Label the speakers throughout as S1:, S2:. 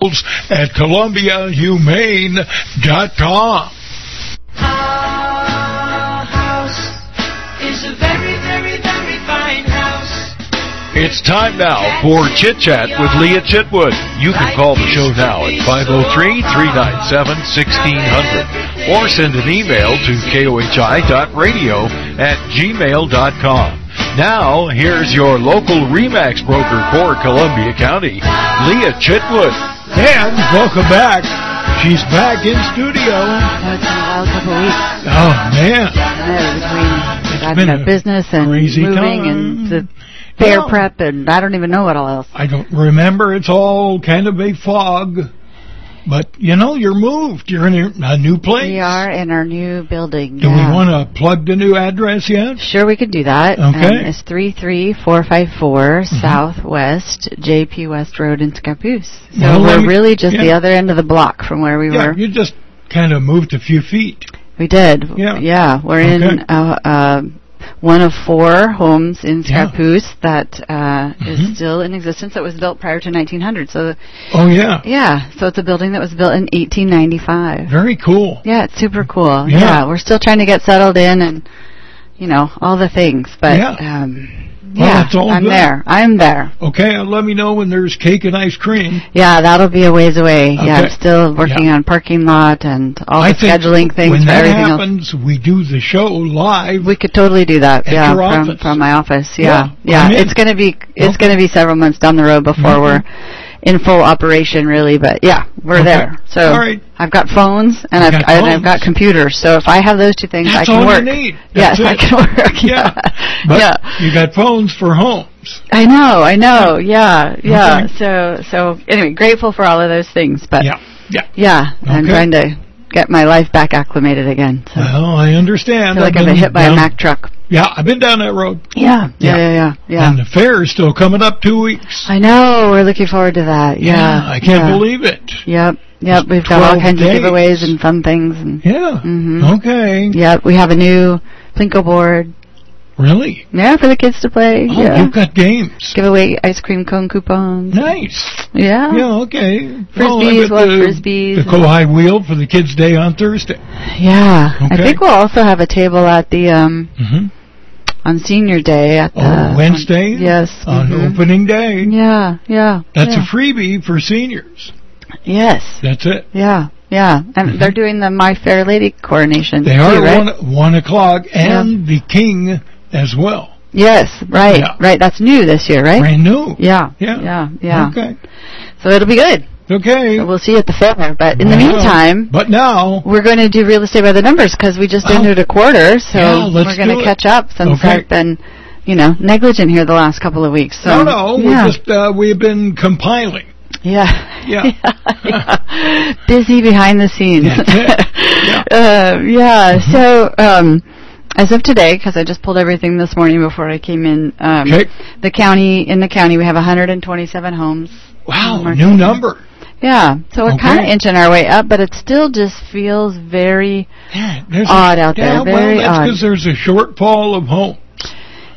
S1: articles at ColumbiaHumane.com.
S2: Our house is a very, very, very fine house.
S1: It's time now for Chit Chat with Leah Chitwood. You can call the show now at 503 397 1600 or send an email to kohi.radio at gmail.com. Now, here's your local REMAX broker for Columbia County, Leah Chitwood. And welcome back. She's back in studio.
S3: Oh, it's been a wild couple of weeks.
S1: Oh, man.
S3: I know, between I've
S1: been
S3: got
S1: a
S3: business and
S1: crazy
S3: moving
S1: time. Mm-hmm.
S3: and the fair
S1: Well-
S3: prep and I don't even know what all else.
S1: I don't remember. It's all kind of a fog. But, you know, you're moved. You're in a- a new place.
S3: We are in our new building.
S1: Do
S3: yeah.
S1: we want to plug the new address yet?
S3: Sure, we could do that. Um,
S1: Okay. Mm-hmm.
S3: it's 33454 Southwest JP West Road in Scappoose. So
S1: Well, let
S3: we're
S1: me-
S3: really just the
S1: yeah.
S3: other end of the block from where we
S1: Yeah,
S3: were.
S1: you just kind of moved a few feet.
S3: We did.
S1: Yeah.
S3: we're
S1: Okay.
S3: in uh, uh, one of four homes in
S1: Yeah.
S3: Scappoose that uh, is
S1: Mhm.
S3: still in existence that was built prior to 1900. So
S1: Oh, yeah.
S3: Yeah, so it's a building that was built in 1895.
S1: Very cool.
S3: Yeah, it's super cool.
S1: Yeah.
S3: Yeah, we're still trying to get settled in and you know all the things, but
S1: Yeah.
S3: um,
S1: Well,
S3: yeah,
S1: it's all
S3: I'm
S1: good.
S3: there. I'm there.
S1: Okay, uh, let me know when there's cake and ice cream.
S3: Yeah, that'll be a ways away. Yeah, I'm
S1: Okay.
S3: still working
S1: Yeah.
S3: on parking lot and all
S1: I
S3: the
S1: think
S3: scheduling things
S1: when
S3: for
S1: that
S3: everything else.
S1: happens, we do the show live.
S3: We could totally do that.
S1: At
S3: yeah,
S1: your
S3: from
S1: office.
S3: from my office.
S1: Yeah,
S3: Yeah, yeah.
S1: I'm in.
S3: It's gonna be it's
S1: Okay.
S3: gonna be several months down the road before
S1: Mhm.
S3: we're in full operation, really. But yeah, we're
S1: Okay.
S3: there. So
S1: All right.
S3: I've got phones and I've
S1: got
S3: and I've
S1: phones.
S3: got computers. So if I have those two things, I
S1: That's
S3: can
S1: all
S3: work.
S1: you need.
S3: yes,
S1: That's
S3: I
S1: it.
S3: can work.
S1: Yeah.
S3: Yeah,
S1: But
S3: yeah.
S1: you got phones for homes.
S3: I know. I know. Yeah, yeah.
S1: Okay.
S3: So so anyway, grateful for all of those things. But
S1: Yeah, yeah.
S3: yeah, I'm
S1: Okay.
S3: trying to get my life back acclimated again. So
S1: Well, I
S3: I
S1: understand.
S3: feel like I've been hit by
S1: down,
S3: a Mack truck.
S1: Yeah, I've been down that road.
S3: Yeah, yeah, yeah, yeah. yeah.
S1: And the fair is still coming up two weeks.
S3: I know. We're looking forward to that. Yeah.
S1: I can't
S3: yeah.
S1: believe it.
S3: Yep. Yep.
S1: It's
S3: We've got all
S1: 12
S3: kinds
S1: days.
S3: of giveaways and fun things. And
S1: Yeah.
S3: Mhm.
S1: Okay.
S3: yep. We have a new Plinko board.
S1: Really?
S3: Yeah, for the kids to play.
S1: Oh,
S3: yeah.
S1: you've got games.
S3: Give away ice cream cone coupons.
S1: Nice.
S3: Yeah.
S1: Yeah, okay. Well,
S3: Oh. Frisbees,
S1: I bet
S3: we'll have
S1: the,
S3: frisbees
S1: The
S3: and-
S1: Kohai Wheel for the kids' day on Thursday.
S3: Yeah. I
S1: Okay.
S3: think we'll also have a table at the um
S1: Mm-hmm.
S3: on senior day at
S1: Oh,
S3: the
S1: Wednesday?
S3: on- yes.
S1: On
S3: mhm.
S1: opening day.
S3: Yeah. Yeah.
S1: That's
S3: yeah.
S1: a freebie for seniors.
S3: yes.
S1: That's it.
S3: Yeah. Yeah. And
S1: Mhm.
S3: they're doing the My Fair Lady coronation.
S1: They
S3: too,
S1: are
S3: right?
S1: one, one o'clock and the king as well.
S3: Yes. Right.
S1: Yeah.
S3: Right. That's new this year, right?
S1: Brand new.
S3: Yeah.
S1: Yeah.
S3: Yeah. Yeah.
S1: Okay.
S3: So it'll be good.
S1: Okay.
S3: We'll see you at the fair. But in the
S1: Well,
S3: meantime,
S1: But now,
S3: we're going to do real estate by the numbers because we just
S1: Oh.
S3: entered a quarter, so
S1: Yeah, let's
S3: we're going
S1: do it.
S3: to catch up since
S1: Okay.
S3: I've been, you know, negligent here the last couple of weeks.
S1: no,
S3: So,
S1: no,
S3: yeah,
S1: we just uh, we've been compiling.
S3: yeah,
S1: Yeah.
S3: yeah. busy behind the scenes.
S1: That's it. Yeah. Mm-hmm.
S3: Uh, yeah. So um, as of today, because I just pulled everything this morning before I came in, um,
S1: Okay.
S3: the county in the county we have 127 homes.
S1: Wow,
S3: Mark-
S1: new number.
S3: Yeah, so we're kind of
S1: Okay.
S3: inching our way up, but it still just feels very.
S1: Yeah, there's
S3: Odd out
S1: yeah,
S3: there, very
S1: well, that's
S3: odd.
S1: because there's a shortfall of home.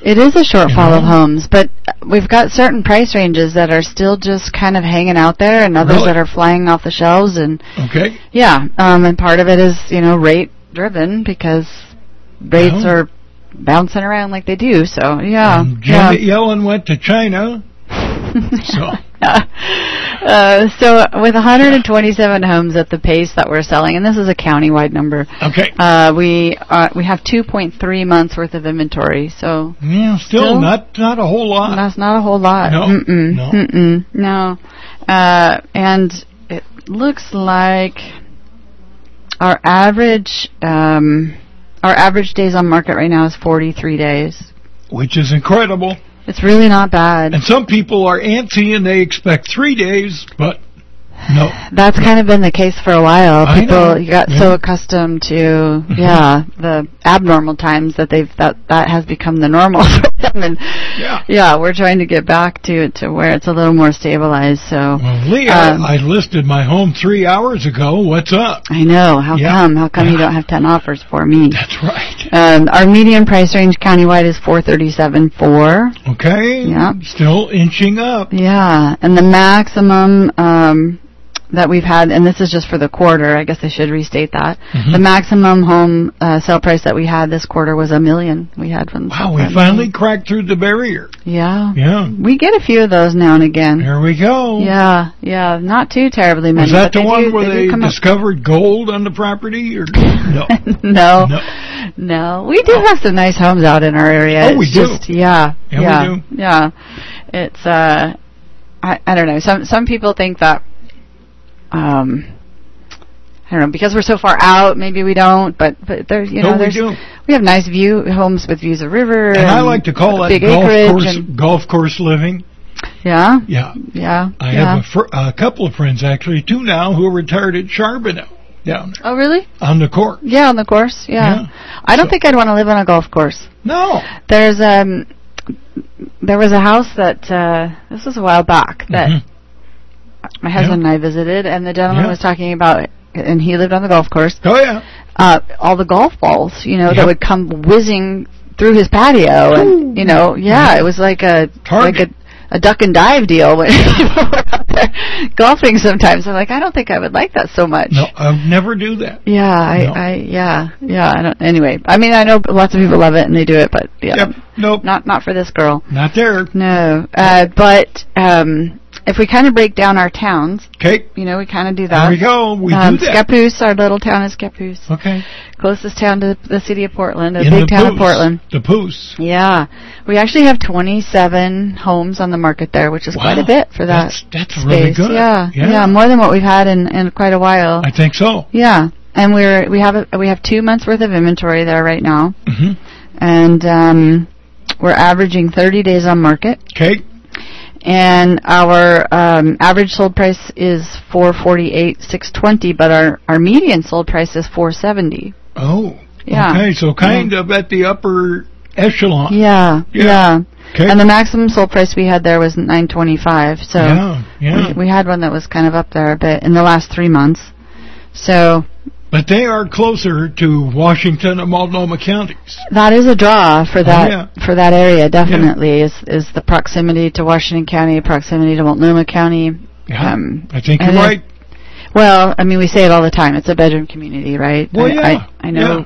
S3: It is a shortfall of
S1: Yeah.
S3: homes, but we've got certain price ranges that are still just kind of hanging out there, and others
S1: Really?
S3: that are flying off the shelves. And
S1: Okay,
S3: yeah, um, and part of it is you know rate driven because rates
S1: Well.
S3: are bouncing around like they do. So yeah,
S1: And
S3: yeah.
S1: Um, Janet Yellen went to China, so
S3: Uh, so with 127 homes at the pace that we're selling, and this is a countywide number,
S1: okay,
S3: Uh, we uh, we have 2.3 months worth of inventory, so
S1: yeah, still,
S3: Still?
S1: not not a whole lot.
S3: that's not a whole lot.
S1: No,
S3: Mm-mm,
S1: no.
S3: Mm-mm, no. Uh, and it looks like our average um, our average days on market right now is 43 days.
S1: which is incredible.
S3: It's really not bad.
S1: And some people are antsy and they expect three days, but no.
S3: That's kind of been the case for a while.
S1: I know.
S3: People you got
S1: Yeah.
S3: so accustomed to yeah the abnormal times that they've that that has become the normal for them, and
S1: Yeah.
S3: we're trying to get back to to where it's a little more stabilized. So
S1: Well, Leah,
S3: Um,
S1: I listed my home three hours ago. What's up?
S3: I know how
S1: Yeah.
S3: come how come
S1: Yeah.
S3: you don't have ten offers for me?
S1: That's right.
S3: Um, our median price range countywide is four thirty seven four.
S1: Okay.
S3: Yeah.
S1: Still inching up.
S3: Yeah, and the maximum um, that we've had, and this is just for the quarter. I guess I should restate that.
S1: Mhm.
S3: The maximum home uh, sale price that we had this quarter was a million. We had from the
S1: Wow, we
S3: subprime.
S1: finally cracked through the barrier.
S3: Yeah.
S1: Yeah.
S3: We get a few of those now and again.
S1: There we go.
S3: Yeah, yeah, not too terribly many.
S1: Was that
S3: but
S1: the
S3: they
S1: one
S3: do-
S1: where
S3: do
S1: they,
S3: come up-
S1: discovered gold on the property? Or no?
S3: no,
S1: No.
S3: no, We do have some nice homes out in our area.
S1: Oh, we
S3: It's
S1: do.
S3: Just, yeah,
S1: Yeah, we
S3: yeah,
S1: do.
S3: yeah. It's uh, I I don't know. Some some people think that um. I don't know because we're so far out. Maybe we don't, but but there's you
S1: No,
S3: know
S1: we
S3: there's
S1: do.
S3: we have nice view homes with views of river
S1: And I like to call that
S3: big
S1: golf
S3: acreage
S1: course
S3: and-
S1: golf course living.
S3: yeah
S1: Yeah,
S3: yeah
S1: I
S3: yeah.
S1: have a, fr- a couple of friends actually, two now, who are retired at Charbonneau down there
S3: oh really
S1: on the court.
S3: yeah on the course yeah,
S1: Yeah.
S3: I don't
S1: So-
S3: think I'd want to live on a golf course
S1: No,
S3: There's um, there was a house that uh, this was a while back that
S1: Mhm.
S3: my husband and I visited, and the gentleman
S1: Mm-hmm. Yeah.
S3: was talking about, and he lived on the golf course.
S1: oh yeah,
S3: Uh, all the golf balls, you know,
S1: Yep.
S3: that would come whizzing through his patio, and you know, yeah, it was like a
S1: Target.
S3: like a a duck and dive deal when people were out there golfing. Sometimes I'm like, I don't think I would like that so much.
S1: no, I'll never do that.
S3: Yeah, I,
S1: No.
S3: I, yeah, yeah. I don't. Anyway, I mean, I know lots of people love it and they do it, but yeah,
S1: Yep, nope, not,
S3: not not for this girl.
S1: there.
S3: No, uh, but um, if we kind of break down our towns,
S1: Okay,
S3: you know, we kind of do that.
S1: there we go. We
S3: um,
S1: do that.
S3: Scappoose, our little town is Scappoose,
S1: okay,
S3: closest town to the city of Portland, the
S1: In
S3: big
S1: the
S3: town
S1: Poos.
S3: of Portland.
S1: The poos.
S3: Yeah, we actually have 27 homes on the market there, which is quite
S1: Wow.
S3: a bit for that
S1: That's, that's
S3: space.
S1: really good.
S3: Yeah,
S1: yeah,
S3: more than what we've had in, in quite a while.
S1: I think so.
S3: yeah, and we're we have a, we have two months worth of inventory there right now,
S1: hmm
S3: and um, we're averaging 30 days on market.
S1: Okay,
S3: and our um, average sold price is four forty eight six twenty, but our our median sold price is four seventy.
S1: oh,
S3: Yeah.
S1: okay, so kind of at the upper echelon.
S3: Yeah,
S1: Yeah.
S3: yeah,
S1: Okay.
S3: And the maximum sold price we had there was nine twenty five. So
S1: yeah, yeah.
S3: we, we had one that was kind of up there a bit in the last three months. So
S1: But they are closer to Washington and Multnomah counties.
S3: that is a draw for that
S1: Oh, yeah.
S3: for that area. Definitely is is the proximity to Washington County, proximity to Multnomah County.
S1: Yeah,
S3: Um,
S1: I think you're
S3: and it-
S1: right.
S3: Well, I mean, we say it all the time. It's a bedroom community, right?
S1: Well,
S3: I,
S1: yeah,
S3: I, I know.
S1: yeah.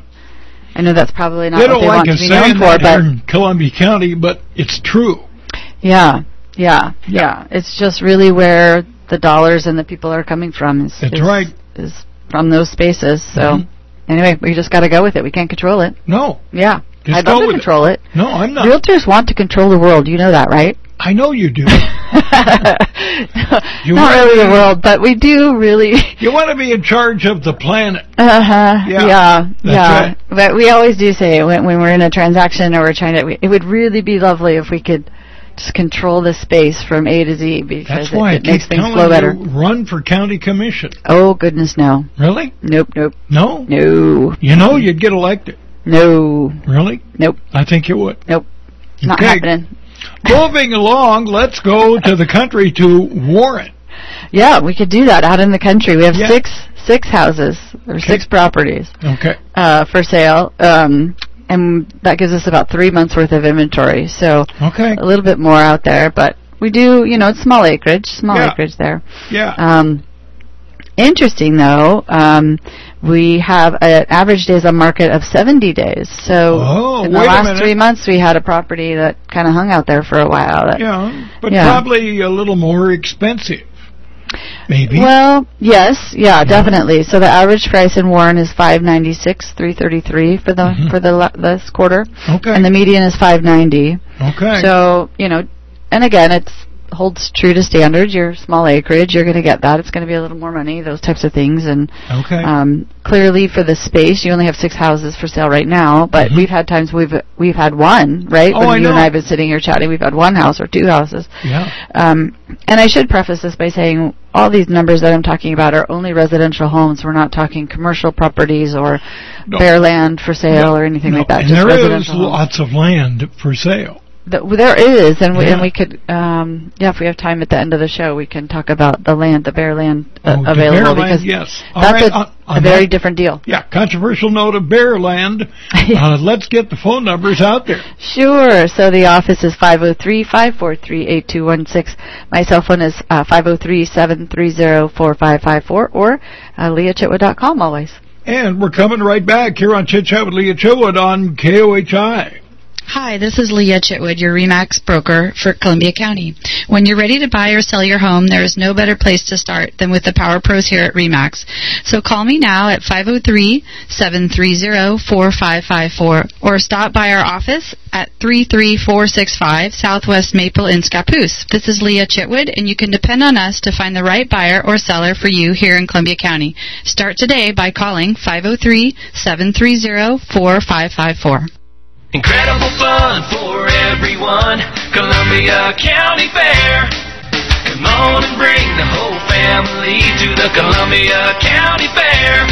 S3: I know that's probably not
S1: They
S3: what
S1: don't
S3: they
S1: like
S3: want to
S1: us
S3: be
S1: saying
S3: known for,
S1: that
S3: but
S1: here in Columbia County, but it's true.
S3: yeah, yeah, yeah, It's just really where the dollars and the people are coming from. Is,
S1: That's
S3: is,
S1: right.
S3: Is from those spaces. So
S1: Mhm.
S3: anyway, we just got to go with it. We can't control it.
S1: No,
S3: Yeah,
S1: Just
S3: I'd
S1: go
S3: love to
S1: with it.
S3: control it.
S1: no, I'm not.
S3: Realtors want to control the world. You know that, right?
S1: I know you do. You
S3: not
S1: want
S3: really
S1: to-
S3: the world, but we do really.
S1: you want to be in charge of the planet.
S3: Uh huh.
S1: Yeah.
S3: Yeah. Yeah.
S1: That's right.
S3: But we always do say when, when we're in a transaction or we're trying to, we, it would really be lovely if we could just control the space from A to Z because
S1: That's
S3: it,
S1: why I
S3: it
S1: keep
S3: makes things
S1: telling
S3: flow
S1: you,
S3: better.
S1: run for county commission.
S3: Oh goodness, no.
S1: Really?
S3: Nope. Nope.
S1: No.
S3: No.
S1: You know you'd get elected.
S3: No.
S1: Really?
S3: Nope.
S1: I think you would.
S3: Nope. Not
S1: Okay.
S3: happening.
S1: Moving along, let's go to the country to Warren.
S3: Yeah, we could do that out in the country. We have
S1: Yeah.
S3: six six houses or six properties
S1: Okay.
S3: uh, for sale, um, and that gives us about three months worth of inventory. So
S1: Okay.
S3: a little bit more out there, but we do, you know, it's small acreage, small
S1: Yeah.
S3: acreage there.
S1: Yeah.
S3: Um, interesting though, um, we have an average days on market of 70 days. So
S1: Oh,
S3: in the
S1: wait a
S3: last
S1: minute.
S3: three months, we had a property that kind of hung out there for a while. That,
S1: Yeah. But
S3: yeah.
S1: probably a little more expensive. Maybe.
S3: Well, yes, yeah, definitely. So the average price in Warren is 596, 333 for the
S1: Mhm.
S3: for the la- this quarter,
S1: okay.
S3: and the median is 590.
S1: okay.
S3: So, you know, and again, it's holds true to standards. Your small acreage, you're going to get that. It's going to be a little more money, those types of things. And
S1: okay.
S3: um, clearly, for the space, you only have six houses for sale right now. But
S1: Mhm.
S3: we've had times we've we've had one, right?
S1: Oh,
S3: when
S1: I
S3: you and
S1: know.
S3: I have been sitting here chatting, we've had one house or two houses.
S1: yeah.
S3: Um, and I should preface this by saying all these numbers that I'm talking about are only residential homes. We're not talking commercial properties or
S1: No.
S3: bare land for sale or anything
S1: No,
S3: like that.
S1: and
S3: just
S1: there is
S3: residential homes.
S1: lots of land for sale.
S3: Th- there is, and we,
S1: Yeah.
S3: and we could, um, yeah, if we have time at the end of the show, we can talk about the land, the bare land uh,
S1: Oh, the Bear Land,
S3: available because
S1: yes. All
S3: that's
S1: right,
S3: a,
S1: on-
S3: a
S1: on
S3: very
S1: that-
S3: different deal.
S1: Yeah, controversial note of Bear Land. Uh, let's get the phone numbers out there.
S3: Sure. So the office is 503-543-8216. My cell phone is uh, oh, 503-730-4554 or uh, leahchitwood.com always.
S1: And we're coming right back here on Chit Chat with Leah Chilwood on KOHI.
S4: Hi, this is Leah Chitwood, your REMAX broker for Columbia County. When you're ready to buy or sell your home, there is no better place to start than with the Power Pros here at REMAX. So call me now at 503-730-4554 or stop by our office at 33465 Southwest Maple in Scappoose. This is Leah Chitwood, and you can depend on us to find the right buyer or seller for you here in Columbia County. Start today by calling 503-730-4554.
S2: Incredible fun for everyone. Columbia County Fair. Come on and bring the whole family to the Columbia County Fair.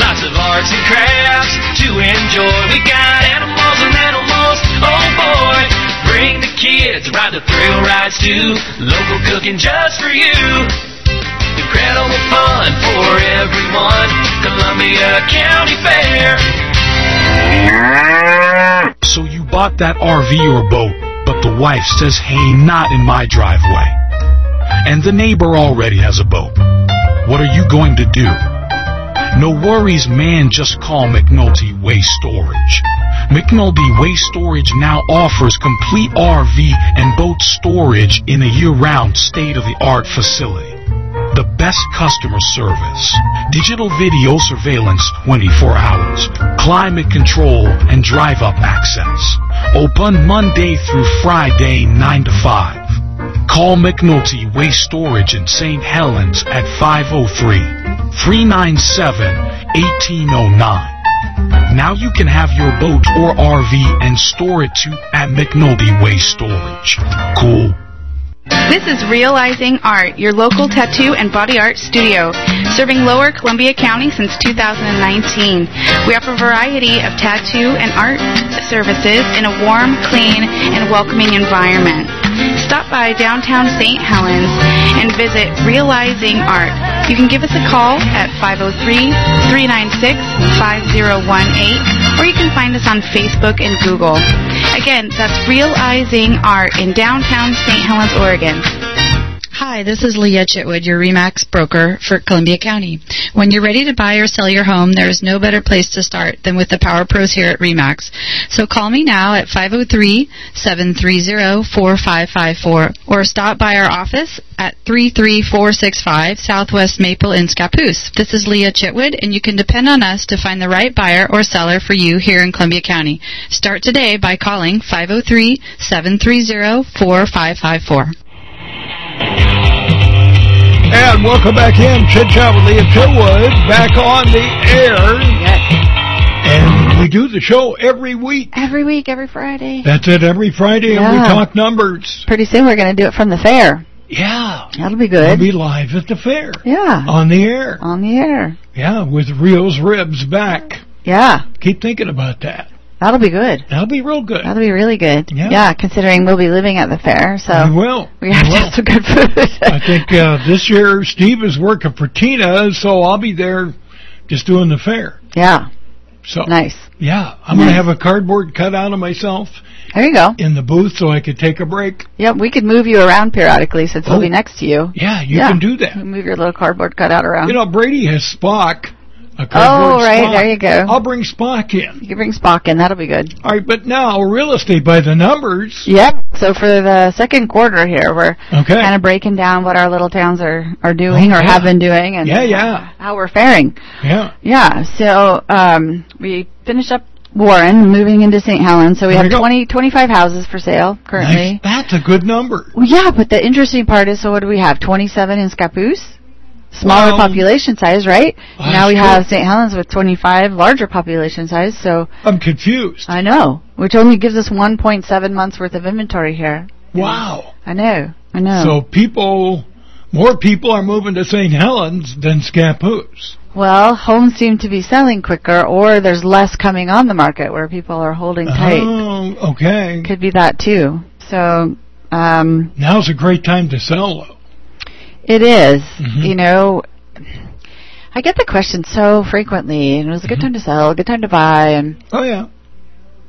S2: Lots of arts and crafts to enjoy. We got animals and animals. Oh boy. Bring the kids, ride the thrill rides too. Local cooking just for you. Incredible fun for everyone. Columbia County Fair.
S5: So you bought that RV or boat, but the wife says, hey, not in my driveway. And the neighbor already has a boat. What are you going to do? No worries, man, just call McNulty Waste Storage. McNulty Waste Storage now offers complete RV and boat storage in a year-round state-of-the-art facility. The best customer service, digital video surveillance 24 hours, climate control and drive up access. Open Monday through Friday 9 to 5. Call McNulty Waste Storage in St. Helens at 503 397 1809. Now you can have your boat or RV and store it too at McNulty Waste Storage. Cool.
S6: This is Realizing Art, your local tattoo and body art studio, serving lower Columbia County since 2019. We offer a variety of tattoo and art services in a warm, clean, and welcoming environment. Stop by downtown St. Helens and visit Realizing Art. You can give us a call at 503-396-5018 or you can find us on Facebook and Google. Again, that's Realizing Art in downtown St. Helens, Oregon.
S4: Hi, this is Leah Chitwood, your REMAX broker for Columbia County. When you're ready to buy or sell your home, there is no better place to start than with the Power Pros here at REMAX. So call me now at 503-730-4554 or stop by our office at 33465 Southwest Maple in Scappoose. This is Leah Chitwood, and you can depend on us to find the right buyer or seller for you here in Columbia County. Start today by calling 503-730-4554.
S1: And welcome back in Chit Chat with Leah Chilwood, back on the air. And we do the show every week.
S3: Every week, every Friday.
S1: That's it, every Friday, and we
S3: Yeah.
S1: talk numbers.
S3: Pretty soon we're going to do it from the fair.
S1: Yeah.
S3: That'll be
S1: We'll
S3: good.
S1: be live at the fair.
S3: yeah.
S1: On the air.
S3: On the air.
S1: Yeah, with Rio's Ribs back.
S3: Yeah.
S1: Keep thinking about that.
S3: That'll be good.
S1: That'll be real good.
S3: That'll be really good.
S1: Yeah.
S3: considering we'll be living at the fair,
S1: We
S3: so
S1: will.
S3: we have
S1: We
S3: to
S1: will.
S3: have some good food.
S1: I think uh, this year Steve is working for Tina, so I'll be there just doing the fair.
S3: yeah.
S1: So
S3: Nice.
S1: yeah, I'm gonna have a cardboard cutout of myself
S3: There you go.
S1: in the booth so I could take a break.
S3: Yep, we could move you around periodically since
S1: Oh.
S3: we'll be next to you.
S1: Yeah, you
S3: Yeah.
S1: can do that.
S3: Move your little cardboard cutout around.
S1: You know, Brady has Spock. A
S3: Oh,
S1: cardboard
S3: right,
S1: Spock.
S3: there you go.
S1: I'll bring Spock in.
S3: you can bring Spock in. That'll be good.
S1: All right, but now real estate by the numbers.
S3: Yep. So for the second quarter here, we're
S1: Okay.
S3: kind of breaking down what our little towns are are doing
S1: Oh,
S3: or
S1: yeah.
S3: have been doing, and
S1: Yeah, yeah,
S3: how we're faring.
S1: yeah.
S3: Yeah. So um, we finished up Warren, moving into St. Helens. So we
S1: There
S3: have
S1: you go.
S3: 20, 25 houses for sale currently.
S1: Nice. That's a good number.
S3: Well, yeah, but the interesting part is, so what do we have? 27 in Scappoose? Smaller
S1: Well-
S3: population size, right?
S1: Well,
S3: now we
S1: that's
S3: have St. Helens with 25, larger population size, so
S1: I'm confused.
S3: I know, which only gives us 1.7 months worth of inventory here.
S1: Wow.
S3: Oh. I know, I know.
S1: So people More people are moving to St. Helens than Scappoose.
S3: Well, homes seem to be selling quicker, or there's less coming on the market where people are holding tight.
S1: Oh, okay.
S3: Could be that too. So, um,
S1: Now's a great time to sell, though.
S3: It is.
S1: Mm-hmm.
S3: You know, I get the question so frequently, and it was a good
S1: Mm-hmm.
S3: time to sell, good time to buy, and
S1: Oh, yeah.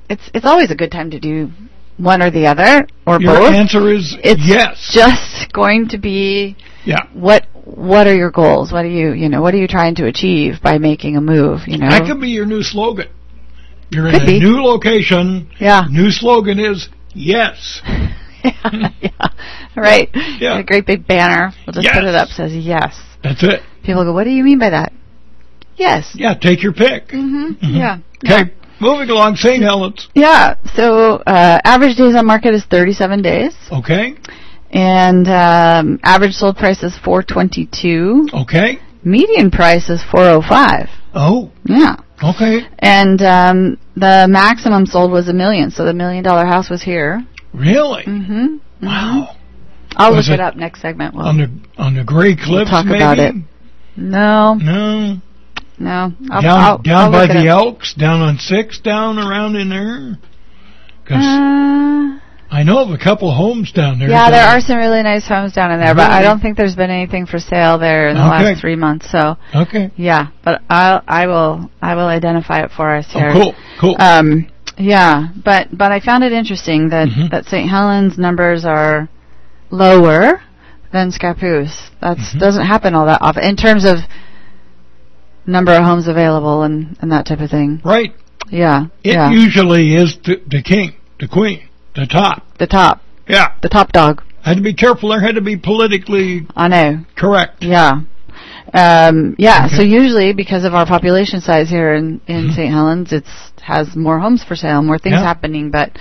S3: it's it's always a good time to do one or the other or
S1: Your
S3: both.
S1: answer is
S3: It's
S1: yes.
S3: just going to be
S1: yeah.
S3: what what are your goals? What are you you know what are you trying to achieve by making a move? You know,
S1: That could be your new slogan. You're in
S3: Could
S1: a
S3: be.
S1: new location.
S3: yeah.
S1: New slogan is yes.
S3: yeah, right.
S1: Yeah.
S3: A great big banner. We'll just put it
S1: Yes.
S3: up. Says yes.
S1: That's it.
S3: People go, what do you mean by that? Yes.
S1: Yeah, take your pick.
S3: hmm Yeah.
S1: Mm-hmm. Okay, moving along, St. Helens.
S3: Yeah. So uh, average days on market is 37 days,
S1: Okay,
S3: and um, average sold price is 422.
S1: okay.
S3: Median price is 405.
S1: Oh,
S3: Yeah.
S1: okay.
S3: And um, the maximum sold was a million, so the million dollar house was here.
S1: Really?
S3: hmm
S1: Wow.
S3: I'll
S1: Was
S3: look
S1: it Um,
S3: it up next segment. Well,
S1: On the on the Gray Cliffs,
S3: talk
S1: maybe?
S3: about it. no,
S1: No,
S3: no. I'll,
S1: down
S3: I'll,
S1: down
S3: I'll
S1: by
S3: look it
S1: the
S3: up.
S1: Elks, down on Six, down around in there. 'Cause
S3: Uh,
S1: I know of a couple homes down there.
S3: Yeah,
S1: but
S3: there are some really nice homes down in there, but I
S1: Really?
S3: don't think there's been anything for sale there in the
S1: Okay.
S3: last three months. So
S1: Okay.
S3: yeah, but I'll I will I will identify it for us
S1: Oh,
S3: here.
S1: cool, cool.
S3: Um, yeah, but but I found it interesting that
S1: Mhm.
S3: that St. Helens numbers are lower than Scappoose. That
S1: Mhm.
S3: doesn't happen all that often in terms of number of homes available and and that type of thing.
S1: right.
S3: Yeah,
S1: It
S3: yeah,
S1: usually is the, the king, the queen, the top.
S3: the top,
S1: Yeah.
S3: the top dog.
S1: Had to be careful there. Had to be politically
S3: I know.
S1: correct.
S3: Yeah. Um, yeah, so
S1: Okay. Mm-hmm.
S3: usually because of our population size here in, in St. Helens, it's has more homes for sale, more things
S1: Yeah.
S3: happening, but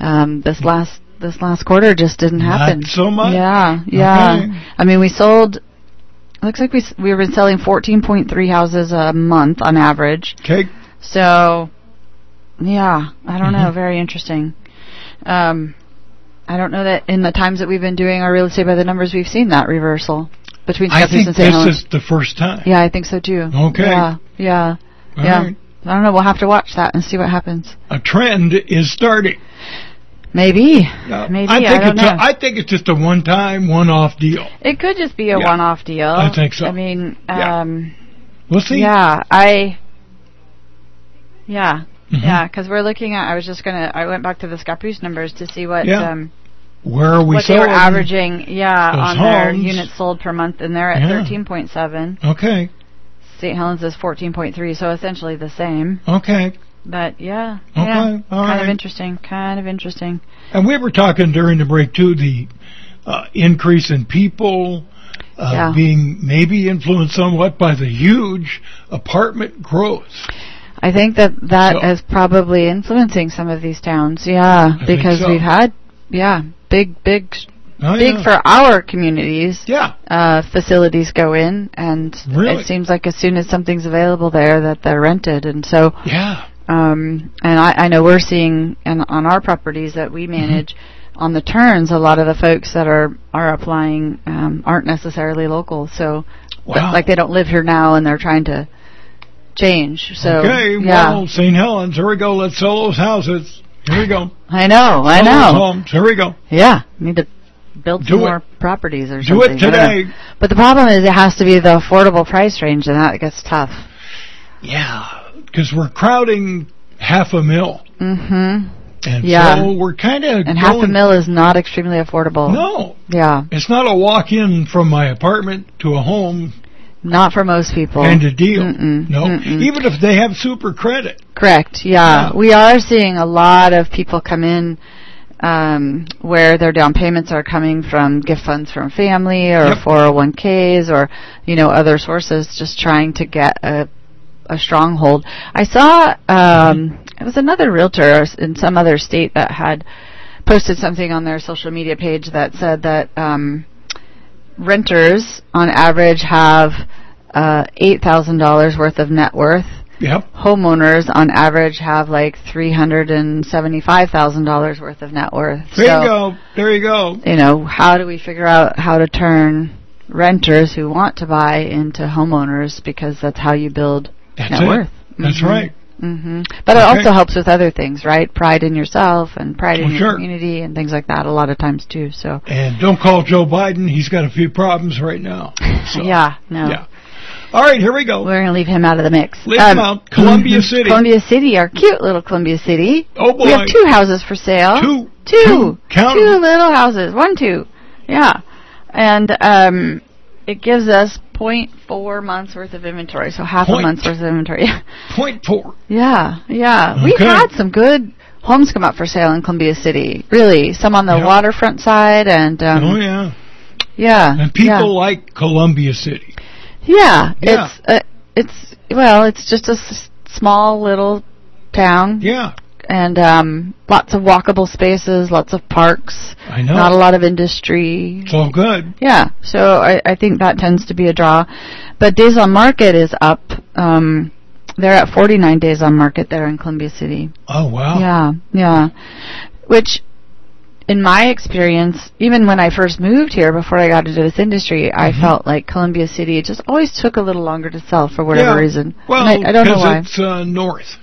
S3: um, this last this last quarter just didn't happen.
S1: Not so much.
S3: Yeah, yeah.
S1: Okay.
S3: I mean, we sold looks like we s- we were selling 14.3 houses a month on average.
S1: Okay.
S3: So yeah, I don't
S1: Mm-hmm.
S3: know, very interesting. Um, I don't know that in the times that we've been doing our real estate by the numbers, we've seen that reversal between
S1: I
S3: Scottsdale
S1: think
S3: and
S1: this
S3: St. Helens.
S1: is the first time.
S3: Yeah, I think so too.
S1: Okay.
S3: Yeah, yeah,
S1: All
S3: yeah.
S1: right.
S3: I don't know. We'll have to watch that and see what happens.
S1: A trend is starting.
S3: Maybe.
S1: Uh,
S3: Maybe.
S1: I
S3: I,
S1: think
S3: don't
S1: it's
S3: know.
S1: A, I think it's just a one-time, one-off deal.
S3: it could just be a
S1: Yeah.
S3: one-off deal.
S1: I think so.
S3: I mean,
S1: Yeah.
S3: um,
S1: We'll see.
S3: yeah, I. Yeah,
S1: Mhm.
S3: yeah, because we're looking at. I was just gonna. I went back to the Scappoose numbers to see what
S1: Yeah.
S3: um,
S1: Where are we
S3: what they were
S1: selling?
S3: averaging. Yeah,
S1: those
S3: on their
S1: homes.
S3: units sold per month, and they're at
S1: Yeah.
S3: thirteen point seven.
S1: Okay.
S3: St. Helens is fourteen point three, so essentially the same.
S1: Okay.
S3: But yeah,
S1: Okay.
S3: yeah,
S1: All
S3: kind
S1: right.
S3: of interesting. Kind of interesting.
S1: And we were talking during the break too the uh, increase in people uh,
S3: Yeah.
S1: being maybe influenced somewhat by the huge apartment growth.
S3: I think that that is
S1: So-
S3: probably influencing some of these towns. Yeah,
S1: I think
S3: because
S1: so.
S3: we've had yeah big big
S1: Oh,
S3: big
S1: yeah.
S3: for our communities.
S1: yeah.
S3: Uh, facilities go in, and
S1: Really?
S3: it seems like as soon as something's available there, that they're rented. And so,
S1: Yeah.
S3: um, and I, I know we're seeing and on our properties that
S1: Mm-hmm.
S3: we manage on the turns, a lot of the folks that are are applying um, aren't necessarily local. So, th-
S1: Wow.
S3: like they don't live here now, and they're trying to change. So,
S1: okay.
S3: yeah.
S1: Well, St. Helens. Here we go. Let's sell those houses. Here we go.
S3: I know, I
S1: Sell those
S3: know.
S1: Homes. Here we go.
S3: Yeah, need to build
S1: Do
S3: some
S1: it.
S3: more properties or
S1: Do
S3: something.
S1: it
S3: I don't
S1: today.
S3: know. But the problem is, it has to be the affordable price range, and that gets tough.
S1: Yeah, because we're crowding half a mil,
S3: Mm-hmm.
S1: and
S3: Yeah.
S1: so we're kind of
S3: And half a mill is not extremely affordable.
S1: No,
S3: Yeah,
S1: it's not a walk-in from my apartment to a home
S3: not for most people.
S1: kind of deal.
S3: Oh. Mm-mm,
S1: no,
S3: mm-mm.
S1: even if they have super credit.
S3: Correct. Yeah.
S1: Yeah.
S3: we are seeing a lot of people come in um, where their down payments are coming from gift funds from family or
S1: Yep.
S3: 401ks or you know other sources, just trying to get a a stronghold. I saw um, it was another realtor s- in some other state that had posted something on their social media page that said that um, renters on average have uh, eight thousand dollars worth of net worth
S1: Yep.
S3: homeowners on average have like three hundred and seventy five thousand dollars worth of net worth.
S1: There
S3: so
S1: you go. There you go.
S3: you know, how do we figure out how to turn renters who want to buy into homeowners because that's how you build
S1: That's
S3: net
S1: it.
S3: worth.
S1: That's right.
S3: hmm But it
S1: Okay.
S3: also helps with other things, right? Pride in yourself and pride in
S1: Well,
S3: your
S1: sure.
S3: community and things like that. A lot of times too. So
S1: And don't call Joe Biden. He's got a few problems right now. So,
S3: yeah, no,
S1: Yeah. All right, here we go.
S3: we're gonna leave him out of the mix.
S1: Leave him out. Columbia City.
S3: Um, mm-hmm. Columbia City, our cute little Columbia City.
S1: Oh boy.
S3: We have two houses for sale.
S1: Two.
S3: Two.
S1: Two. Count
S3: Two
S1: 'em.
S3: little houses. One, two. Yeah. And um, it gives us 0.4 months worth of inventory. So half
S1: Point.
S3: a month's worth of inventory.
S1: Point four.
S3: yeah. Yeah. We've
S1: Okay.
S3: had some good homes come up for sale in Columbia City. Really. Some on the
S1: Yeah.
S3: waterfront side and um,
S1: oh yeah.
S3: yeah.
S1: And people
S3: yeah.
S1: like Columbia City.
S3: Yeah,
S1: Yeah.
S3: it's uh, it's well, it's just a s- small little town,
S1: Yeah,
S3: and um, lots of walkable spaces, lots of parks,
S1: I know.
S3: not a lot of industry.
S1: it's all good.
S3: Yeah, so I, I think that tends to be a draw. But days on market is up. Um, they're at 49 days on market there in Columbia City.
S1: Oh wow.
S3: Yeah, yeah. Which, in my experience, even when I first moved here, before I got into this industry,
S1: Mm-hmm.
S3: I felt like Columbia City it just always took a little longer to sell for whatever
S1: Yeah.
S3: reason.
S1: Well,
S3: And I, I don't know
S1: 'cause
S3: why.
S1: it's uh, north.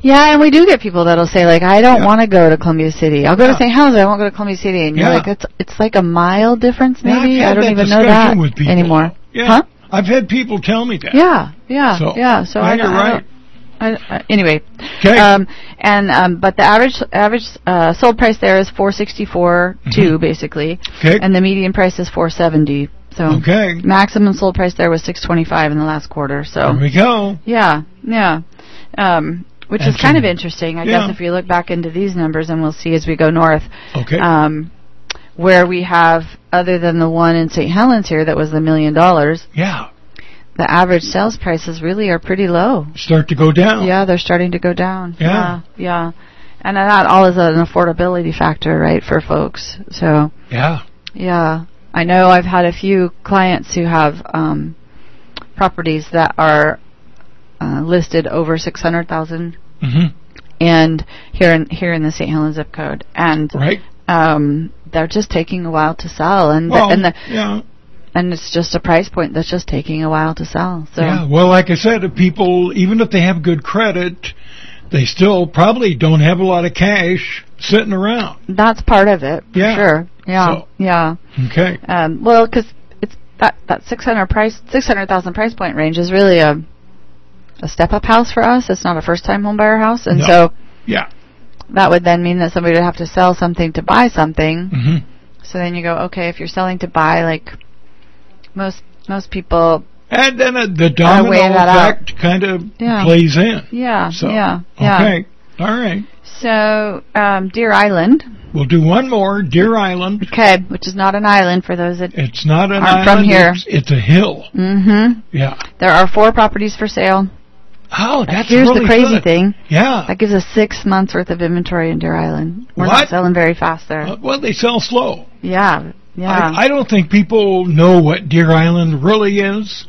S3: Yeah, and we do get people that'll say like, I don't
S1: Yeah.
S3: want to go to Columbia City. I'll go
S1: Yeah.
S3: to St. Helens. I won't go to Columbia City. And you're
S1: Yeah.
S3: like, it's it's like a mile difference
S1: Yeah, I've
S3: maybe.
S1: had
S3: I don't
S1: that
S3: even know
S1: discussion
S3: that
S1: with people.
S3: anymore.
S1: Yeah,
S3: Huh?
S1: I've had people tell me that.
S3: Yeah, yeah,
S1: So,
S3: yeah. So
S1: I
S3: I,
S1: think
S3: don't-
S1: you're
S3: I
S1: right.
S3: don't- I- I- anyway,
S1: 'Kay.
S3: um, and um, but the average average uh, sold price there is four
S1: Mm-hmm.
S3: two basically,
S1: 'Kay.
S3: and the median price is four seventy. So
S1: Okay.
S3: maximum sold price there was six twenty five in the last quarter. So
S1: There we go.
S3: yeah, yeah, um, which is
S1: That's
S3: kind
S1: a-
S3: of interesting, I
S1: yeah.
S3: guess, if you look back into these numbers, and we'll see as we go north
S1: Okay.
S3: um, where we have other than the one in St. Helens here that was the million dollars
S1: yeah.
S3: the average sales prices really are pretty low.
S1: Start to go down.
S3: Yeah, they're starting to go down.
S1: Oh. Yeah.
S3: yeah. yeah. And that all is an affordability factor, right, for folks. So,
S1: Yeah.
S3: yeah. I know I've had a few clients who have um, properties that are uh, listed over 600,000
S1: Mhm.
S3: and here in here in the St. Helens zip code and
S1: Right.
S3: um they're just taking a while to sell and
S1: Well,
S3: the, and the,
S1: yeah.
S3: and it's just a price point that's just taking a while to sell. So
S1: Yeah. Well, like I said, if people, even if they have good credit, they still probably don't have a lot of cash sitting around.
S3: That's part of it. for
S1: Yeah.
S3: Sure. Yeah.
S1: So-
S3: Yeah.
S1: Okay.
S3: Um, well, because it's that that six hundred price six hundred thousand price point range is really a a step up house for us. It's not a first time home buyer house, and
S1: No.
S3: so
S1: Yeah.
S3: that would then mean that somebody would have to sell something to buy something.
S1: Mhm.
S3: So then you go, okay, if you're selling to buy, like most most people,
S1: And then uh, the
S3: Gotta
S1: domino
S3: weigh that out.
S1: effect kind of
S3: Yeah.
S1: plays in.
S3: yeah,
S1: So,
S3: yeah, yeah.
S1: Okay. All right.
S3: So um, Deer Island,
S1: We'll do one more. Deer Island.
S3: okay, which is not an island for those that.
S1: It's not an
S3: I'm
S1: island.
S3: from here.
S1: It's, it's a hill.
S3: Mm-hmm.
S1: Yeah.
S3: There are four properties for sale.
S1: Oh, that's
S3: Here's
S1: really
S3: the crazy
S1: good.
S3: thing.
S1: Yeah.
S3: That gives us six months worth of inventory in Deer Island. We're
S1: What?
S3: not selling very fast there.
S1: Uh, well, they sell slow.
S3: yeah, yeah.
S1: I, I don't think people know what Deer Island really is.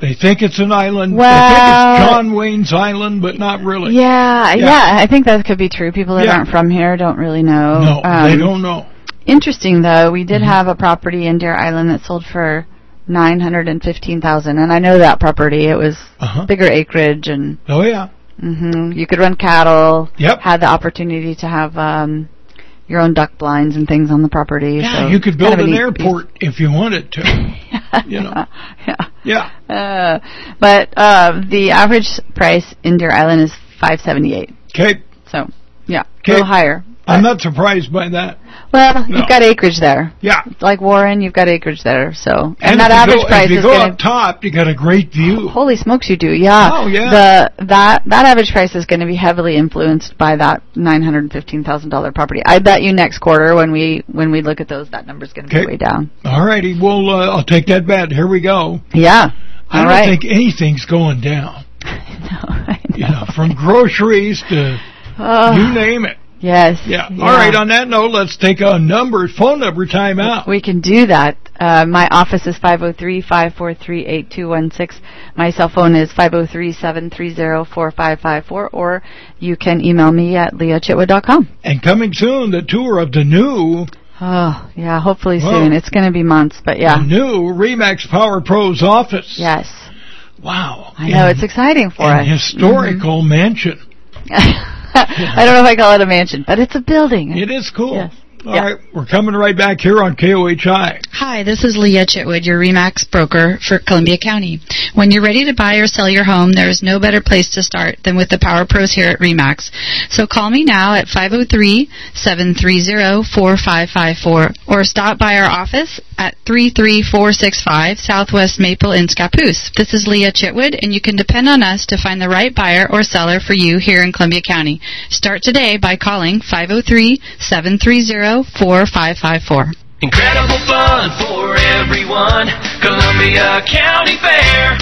S1: They think it's an island. they think
S3: Well-
S1: it's John Wayne's Island, but not really.
S3: yeah, yeah,
S1: Yeah.
S3: I think that could be true. People that
S1: Yeah.
S3: aren't from here don't really know.
S1: No,
S3: Um,
S1: they don't Mm-hmm. know.
S3: Interesting though, we did have a property in Deer Island that sold for nine hundred and fifteen thousand, and I know that property. It was
S1: Uh-huh.
S3: bigger acreage, and
S1: Oh yeah.
S3: hmm you could run cattle.
S1: Yep.
S3: Had the opportunity to have um, your own duck blinds and things on the property.
S1: Yeah,
S3: so
S1: you could
S3: kind
S1: build
S3: of a
S1: an
S3: neat
S1: airport if you wanted to.
S3: piece.
S1: you know.
S3: yeah.
S1: Yeah.
S3: Uh, but uh, the average price in Deer Island is five seventy eight.
S1: Okay.
S3: So yeah,
S1: Okay.
S3: a little higher.
S1: I'm not surprised by that.
S3: Well,
S1: No.
S3: you've got acreage there.
S1: Yeah.
S3: Like Warren, you've got acreage there. So and,
S1: if
S3: that
S1: you
S3: average
S1: go,
S3: price
S1: if you
S3: is Oh.
S1: go
S3: going
S1: up top, you got a great view.
S3: Holy smokes, you do, yeah.
S1: Oh, yeah.
S3: The that that average price is going to be heavily influenced by that nine hundred fifteen thousand dollar property. I bet you next quarter when we when we look at those, that number's going to
S1: Okay.
S3: be way down.
S1: All righty, well, uh, I'll take that bet. Here we go.
S3: Yeah.
S1: I
S3: All
S1: don't
S3: right.
S1: think anything's going down.
S3: No, I know.
S1: You know, from groceries to
S3: Oh,
S1: you name it.
S3: yes.
S1: Yeah. All right. On that note, let's take a number, phone number time out.
S3: We can do that. Uh, my office is 503-543-8216. My cell phone is 503-730-4554, or you can email me at leochitwood.com.
S1: And coming soon, the tour of the new
S3: Oh, yeah, hopefully
S1: Whoa.
S3: soon. It's going to be months, but yeah.
S1: The new Remax Power Pros office.
S3: Yes.
S1: Wow.
S3: I know.
S1: In-
S3: It's Mm-hmm. exciting for
S1: an
S3: us.
S1: historical mansion.
S3: I don't know if I call it a mansion, but it's a building.
S1: It is cool.
S3: Yes.
S1: All
S3: Yeah.
S1: right, we're coming right back here on KOHI.
S4: Hi, this is Leah Chitwood, your REMAX broker for Columbia County. When you're ready to buy or sell your home, there is no better place to start than with the Power Pros here at REMAX. So call me now at 503-730-4554 or stop by our office at 33465 Southwest Maple in Scappoose. This is Leah Chitwood, and you can depend on us to find the right buyer or seller for you here in Columbia County. Start today by calling 503-730-4554.
S2: Incredible fun for everyone. Columbia County Fair.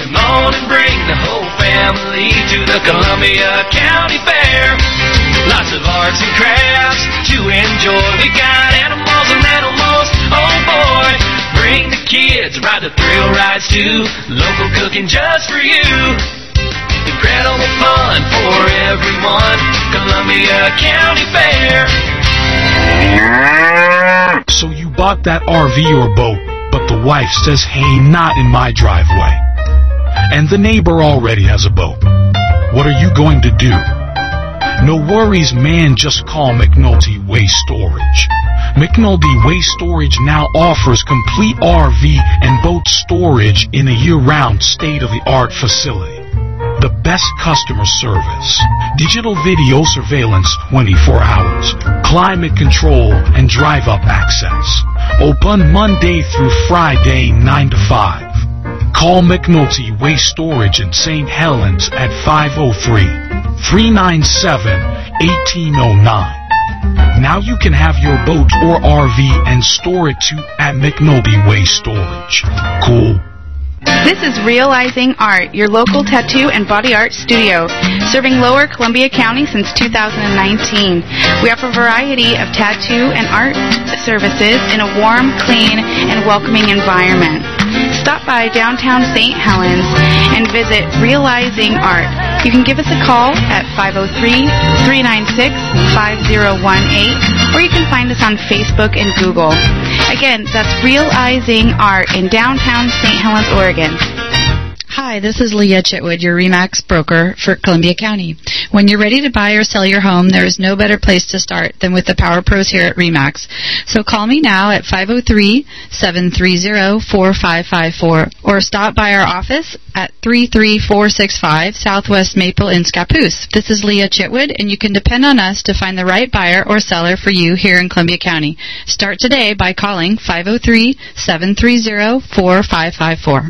S2: Come on and bring the whole family to the Columbia County Fair. Lots of arts and crafts to enjoy. We got animals and animals. Oh boy. Bring the kids, ride the thrill rides too. Local cooking just for you. Incredible fun for everyone. Columbia County Fair.
S5: So you bought that RV or boat, but the wife says, hey, not in my driveway. And the neighbor already has a boat. What are you going to do? No worries, man, just call McNulty Waste Storage. McNulty Waste Storage now offers complete RV and boat storage in a year-round state-of-the-art facility. The best customer service, digital video surveillance 24 hours, climate control and drive up access. Open Monday through Friday 9 to 5. Call McNulty Waste Storage in St. Helens at 503 397 1809. Now you can have your boat or RV and store it too at McNulty Waste Storage. Cool.
S6: This is Realizing Art, your local tattoo and body art studio, serving lower Columbia County since 2019. We offer a variety of tattoo and art services in a warm, clean, and welcoming environment. Stop by downtown St. Helens and visit Realizing Art. You can give us a call at 503-396-5018 or you can find us on Facebook and Google. Again, that's Realizing Art in downtown St. Helens, Oregon.
S4: Hi, this is Leah Chitwood, your REMAX broker for Columbia County. When you're ready to buy or sell your home, there is no better place to start than with the Power Pros here at REMAX. So call me now at 503-730-4554 or stop by our office at 33465 Southwest Maple in Scappoose. This is Leah Chitwood, and you can depend on us to find the right buyer or seller for you here in Columbia County. Start today by calling 503-730-4554.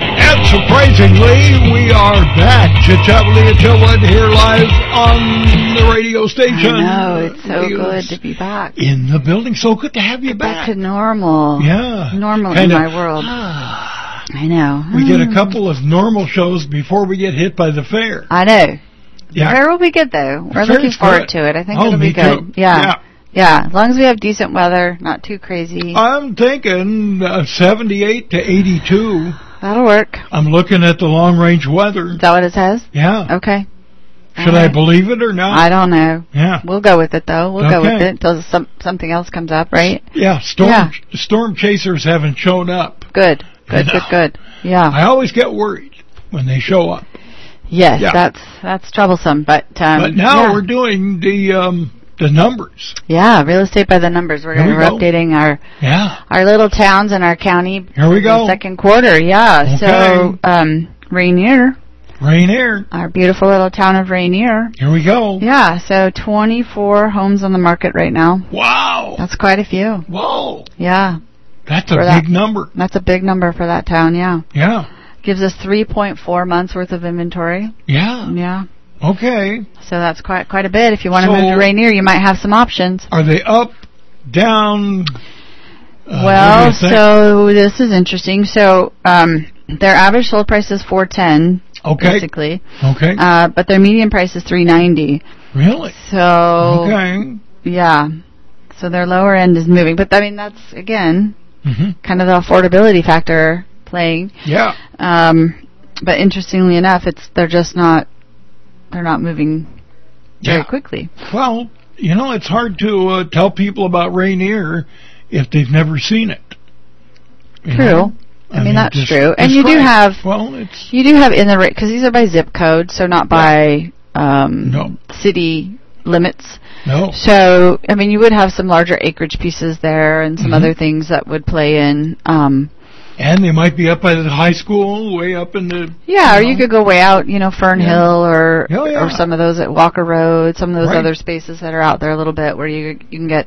S1: And surprisingly, we are back to Chavalier Tillwood here live on the radio station.
S3: I know. It's so good to be back.
S1: In the building. So good to have you
S3: Back
S1: back.
S3: to normal.
S1: Yeah.
S3: Normal
S1: Kinda-
S3: in my world. Mm. I know.
S1: We get a couple of normal shows before we get hit by the fair.
S3: I know.
S1: Yeah.
S3: Fair will be good though. We're
S1: Fair's
S3: looking forward
S1: good.
S3: to it. I think
S1: Oh,
S3: it'll
S1: me
S3: be good.
S1: too.
S3: Yeah.
S1: Yeah.
S3: Yeah, as long as we have decent weather, not too crazy.
S1: I'm thinking uh, 78 to 82.
S3: That'll work.
S1: I'm looking at the long range weather.
S3: Is that what it says?
S1: Yeah.
S3: Okay.
S1: Should I believe it or not?
S3: I don't know.
S1: yeah.
S3: We'll go with it though. We'll go with
S1: Uh-huh. Okay.
S3: it until some, something else comes up, right?
S1: Yeah. Storm
S3: Yeah.
S1: storm chasers haven't shown up.
S3: Good. Good, good, good. Yeah.
S1: I always get worried when they show up.
S3: Yes,
S1: Yeah.
S3: that's that's troublesome, but um
S1: But now
S3: yeah.
S1: we're doing the um the numbers.
S3: Yeah, real estate by the numbers. We're
S1: There
S3: gonna,
S1: we
S3: we're
S1: go.
S3: updating our
S1: Yeah.
S3: our little towns and our county.
S1: Here we
S3: in
S1: go.
S3: The second quarter, yeah. So
S1: Okay.
S3: um Rainier,
S1: Rainier.
S3: our beautiful little town of Rainier.
S1: Here we go.
S3: Yeah, so 24 homes on the market right now.
S1: Wow.
S3: That's quite a few.
S1: Whoa.
S3: Yeah,
S1: That's a
S3: For that.
S1: big number.
S3: that's a big number for that town, yeah.
S1: Yeah.
S3: Gives us 3.4 months worth of inventory.
S1: Yeah.
S3: Yeah.
S1: Okay.
S3: So that's quite quite a bit. If you want to
S1: So-
S3: move to Rainier, you might have some options.
S1: Are they up, down? Uh,
S3: well,
S1: what do you think?
S3: so this is interesting. So um, their average sold price is 410
S1: okay,
S3: basically.
S1: okay,
S3: Uh, but their median price is 390.
S1: really?
S3: So
S1: Okay.
S3: yeah. So their lower end is moving, but I mean that's again
S1: hmm
S3: kind of the affordability factor playing.
S1: Yeah.
S3: Um, but interestingly enough, it's they're just not they're not moving very
S1: Yeah.
S3: quickly.
S1: Well, you know, it's hard to uh, tell people about Rainier if they've never seen it. You
S3: True.
S1: know?
S3: I mean, that's
S1: just-
S3: true. And
S1: just
S3: you do
S1: right.
S3: have-
S1: well, it's
S3: You do have in the because these are by zip code, so not by um,
S1: No.
S3: city limits.
S1: no.
S3: So, I mean, you would have some larger acreage pieces there and some
S1: Mm-hmm.
S3: other things that would play in. Um,
S1: And they might be up at the high school, way up in the
S3: yeah, or
S1: know?
S3: you could go way out, you know, Fern
S1: Yeah.
S3: Hill or
S1: Oh, yeah.
S3: or some of those at Walker Road, some of those
S1: Right.
S3: other spaces that are out there a little bit where you you can get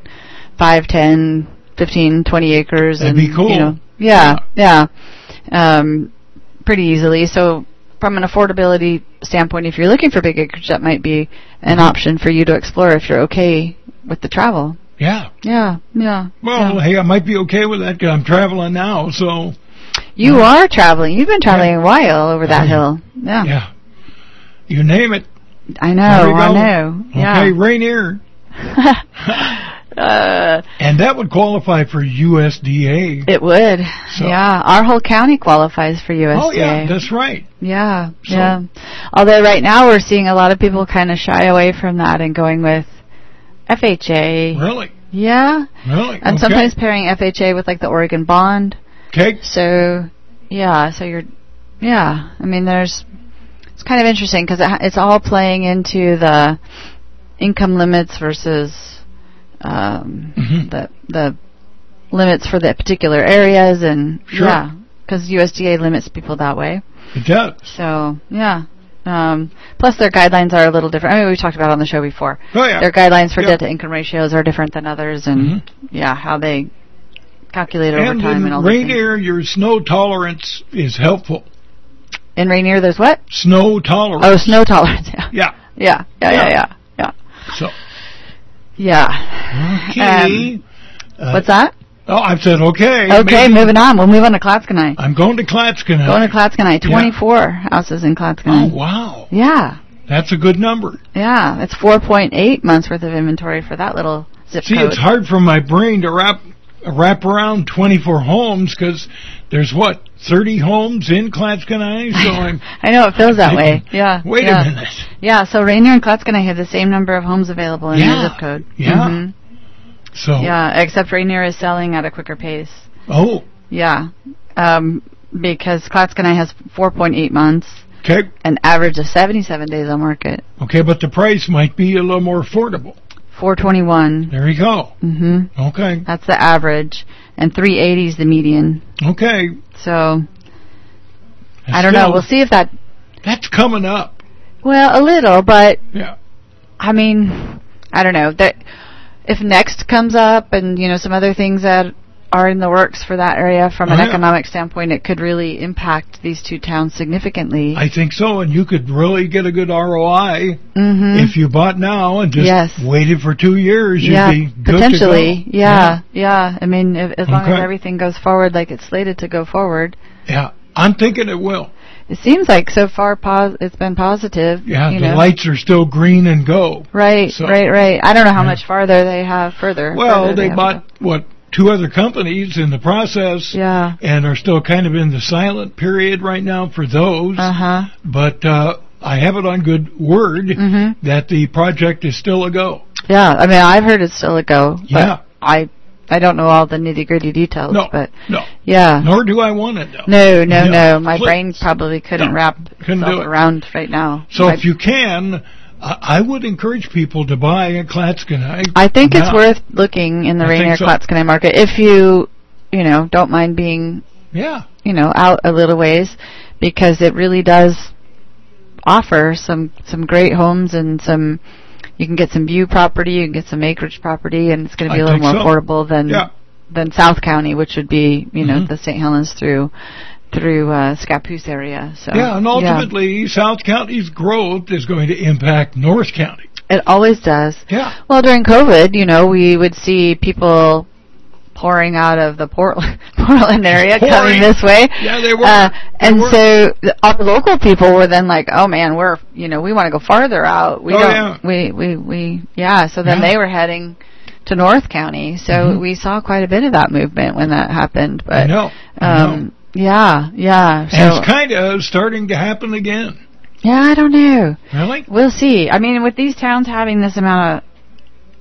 S3: five, ten, fifteen, twenty acres
S1: That'd
S3: and
S1: be cool.
S3: you know, yeah, yeah, um, pretty easily. So from an affordability standpoint, if you're looking for big acreage, that might be
S1: Mm-hmm.
S3: an option for you to explore if you're okay with the travel.
S1: yeah.
S3: Yeah, yeah.
S1: Well, hey, I might be okay with that 'cause I'm traveling now, so
S3: You are traveling. You've been traveling a while over that hill. Yeah.
S1: yeah. You name it.
S3: I know.
S1: There we
S3: I
S1: go.
S3: know.
S1: Okay,
S3: Yeah.
S1: Rainier.
S3: Uh,
S1: And that would qualify for USDA.
S3: it would.
S1: So-
S3: Yeah. Our whole county qualifies for USDA.
S1: Oh yeah, that's right.
S3: yeah. yeah. Although right now we're seeing a lot of people kind of shy away from that and going with FHA.
S1: Really,
S3: Yeah.
S1: really.
S3: And
S1: okay.
S3: sometimes pairing FHA with like the Oregon bond.
S1: okay.
S3: So, yeah, so you're, yeah, I mean, there's, it's kind of interesting because it, ha- it's all playing into the income limits versus um,
S1: Mm-hmm.
S3: the the limits for the particular areas and
S1: Sure.
S3: yeah, because USDA limits people that way.
S1: It does.
S3: So yeah. Um, plus, their guidelines are a little different. I mean, we talked about it on the show before.
S1: Oh yeah.
S3: Their guidelines for
S1: Yeah. Mm-hmm.
S3: debt to income ratios are different than others, and yeah, how they calculate over
S1: and
S3: time
S1: in
S3: and all. those things.
S1: Rainier, your snow tolerance is helpful.
S3: In Rainier, there's what?
S1: Snow tolerance.
S3: Oh, snow tolerance. Yeah.
S1: Yeah.
S3: Yeah. Yeah. Yeah. Yeah. Yeah.
S1: So
S3: yeah.
S1: okay. Uh,
S3: Um, What's that?
S1: oh, I've said okay.
S3: Okay,
S1: maybe-
S3: moving on. We'll move on to Klatskanai.
S1: I'm going to Klatskanai.
S3: Going to Klatskanai.
S1: Yeah.
S3: 24 houses in
S1: Oh
S3: Klatskanai.
S1: wow,
S3: Yeah.
S1: that's a good number.
S3: Yeah. It's 4.8 months worth of inventory for that little zip
S1: See,
S3: code.
S1: it's hard for my brain to wrap wrap around 24 homes because there's what 30 homes in Klatskanai, so I'm
S3: I know it feels that way.
S1: thinking,
S3: Yeah.
S1: Wait
S3: yeah.
S1: a minute.
S3: Yeah. So Rainier and Klatskanai have the same number of homes available in
S1: Yeah.
S3: their zip code.
S1: Yeah.
S3: Mhm.
S1: So
S3: Yeah. Except Rainier is selling at a quicker pace.
S1: oh
S3: Yeah. Um, because Klatskanai has 4.8 months.
S1: okay
S3: an average of 77 days on market.
S1: okay, but the price might be a little more affordable.
S3: 421.
S1: There you go.
S3: hmm
S1: Okay
S3: That's the average, and 380 is the median.
S1: okay.
S3: So I don't know.
S1: Still,
S3: We'll see if that.
S1: That's coming up.
S3: Well, a little, but
S1: Yeah.
S3: I mean, I don't know that if next comes up, and you know some other things that are in the works for that area from an
S1: Oh, yeah.
S3: economic standpoint, it could really impact these two towns significantly.
S1: I think so, and you could really get a good ROI
S3: hmm
S1: if you bought now and just
S3: Yes.
S1: waited for two years. You'd
S3: yeah,
S1: be good
S3: potentially.
S1: To go.
S3: Yeah, yeah, I mean, if, as long as
S1: Okay.
S3: everything goes forward like it's slated to go forward,
S1: Yeah. I'm thinking it will.
S3: It seems like so far pos- it's been positive.
S1: Yeah,
S3: you
S1: the
S3: know.
S1: lights are still green and go.
S3: Right,
S1: so-
S3: right, right. I don't know how much farther they have further.
S1: Well,
S3: further
S1: they
S3: have
S1: bought what two other companies in the process,
S3: to go. Yeah.
S1: and are still kind of in the silent period right now for those.
S3: Uh huh.
S1: But uh, I have it on good word
S3: Mhm.
S1: that the project is still a go.
S3: Yeah. I mean, I've heard it's still a go. But
S1: Yeah.
S3: I I don't know all the nitty gritty details,
S1: No,
S3: but
S1: no,
S3: yeah.
S1: nor do I want it though.
S3: No, no,
S1: No,
S3: no. My
S1: please.
S3: brain probably couldn't
S1: No,
S3: wrap
S1: couldn't do
S3: itself
S1: it.
S3: around right now.
S1: So
S3: My-
S1: if you can, I, I would encourage people to buy a Klatskanai.
S3: I think it's
S1: now.
S3: worth looking in the
S1: I think
S3: Rainier
S1: so.
S3: Klatskanai market if you, you know, don't mind being
S1: Yeah,
S3: you know out a little ways because it really does offer some some great homes and some you can get some view property you can get some acreage property and it's going to be
S1: I
S3: a little
S1: think
S3: more
S1: so.
S3: affordable than
S1: yeah,
S3: than South County which would be you know
S1: Mhm.
S3: the St. Helens through through uh, Scappoose area so
S1: yeah. And ultimately, South County's growth is going to impact North County.
S3: it always does
S1: Yeah.
S3: well during covid you know we would see people pouring out of the Portland Portland area
S1: Pouring.
S3: coming this way
S1: Yeah, they were.
S3: Uh,
S1: They
S3: and
S1: were.
S3: so the, all the local people were then like, "Oh man, we're you know we want to go farther out. We
S1: Oh, yeah.
S3: don't. We we we yeah." So then
S1: Yeah. Mm-hmm.
S3: they were heading to North County. So we saw quite a bit of that movement when that happened. But
S1: I know. I know.
S3: um, yeah, yeah. So
S1: and it's kind of starting to happen again.
S3: yeah, I don't know.
S1: Really?
S3: We'll see. I mean, with these towns having this amount of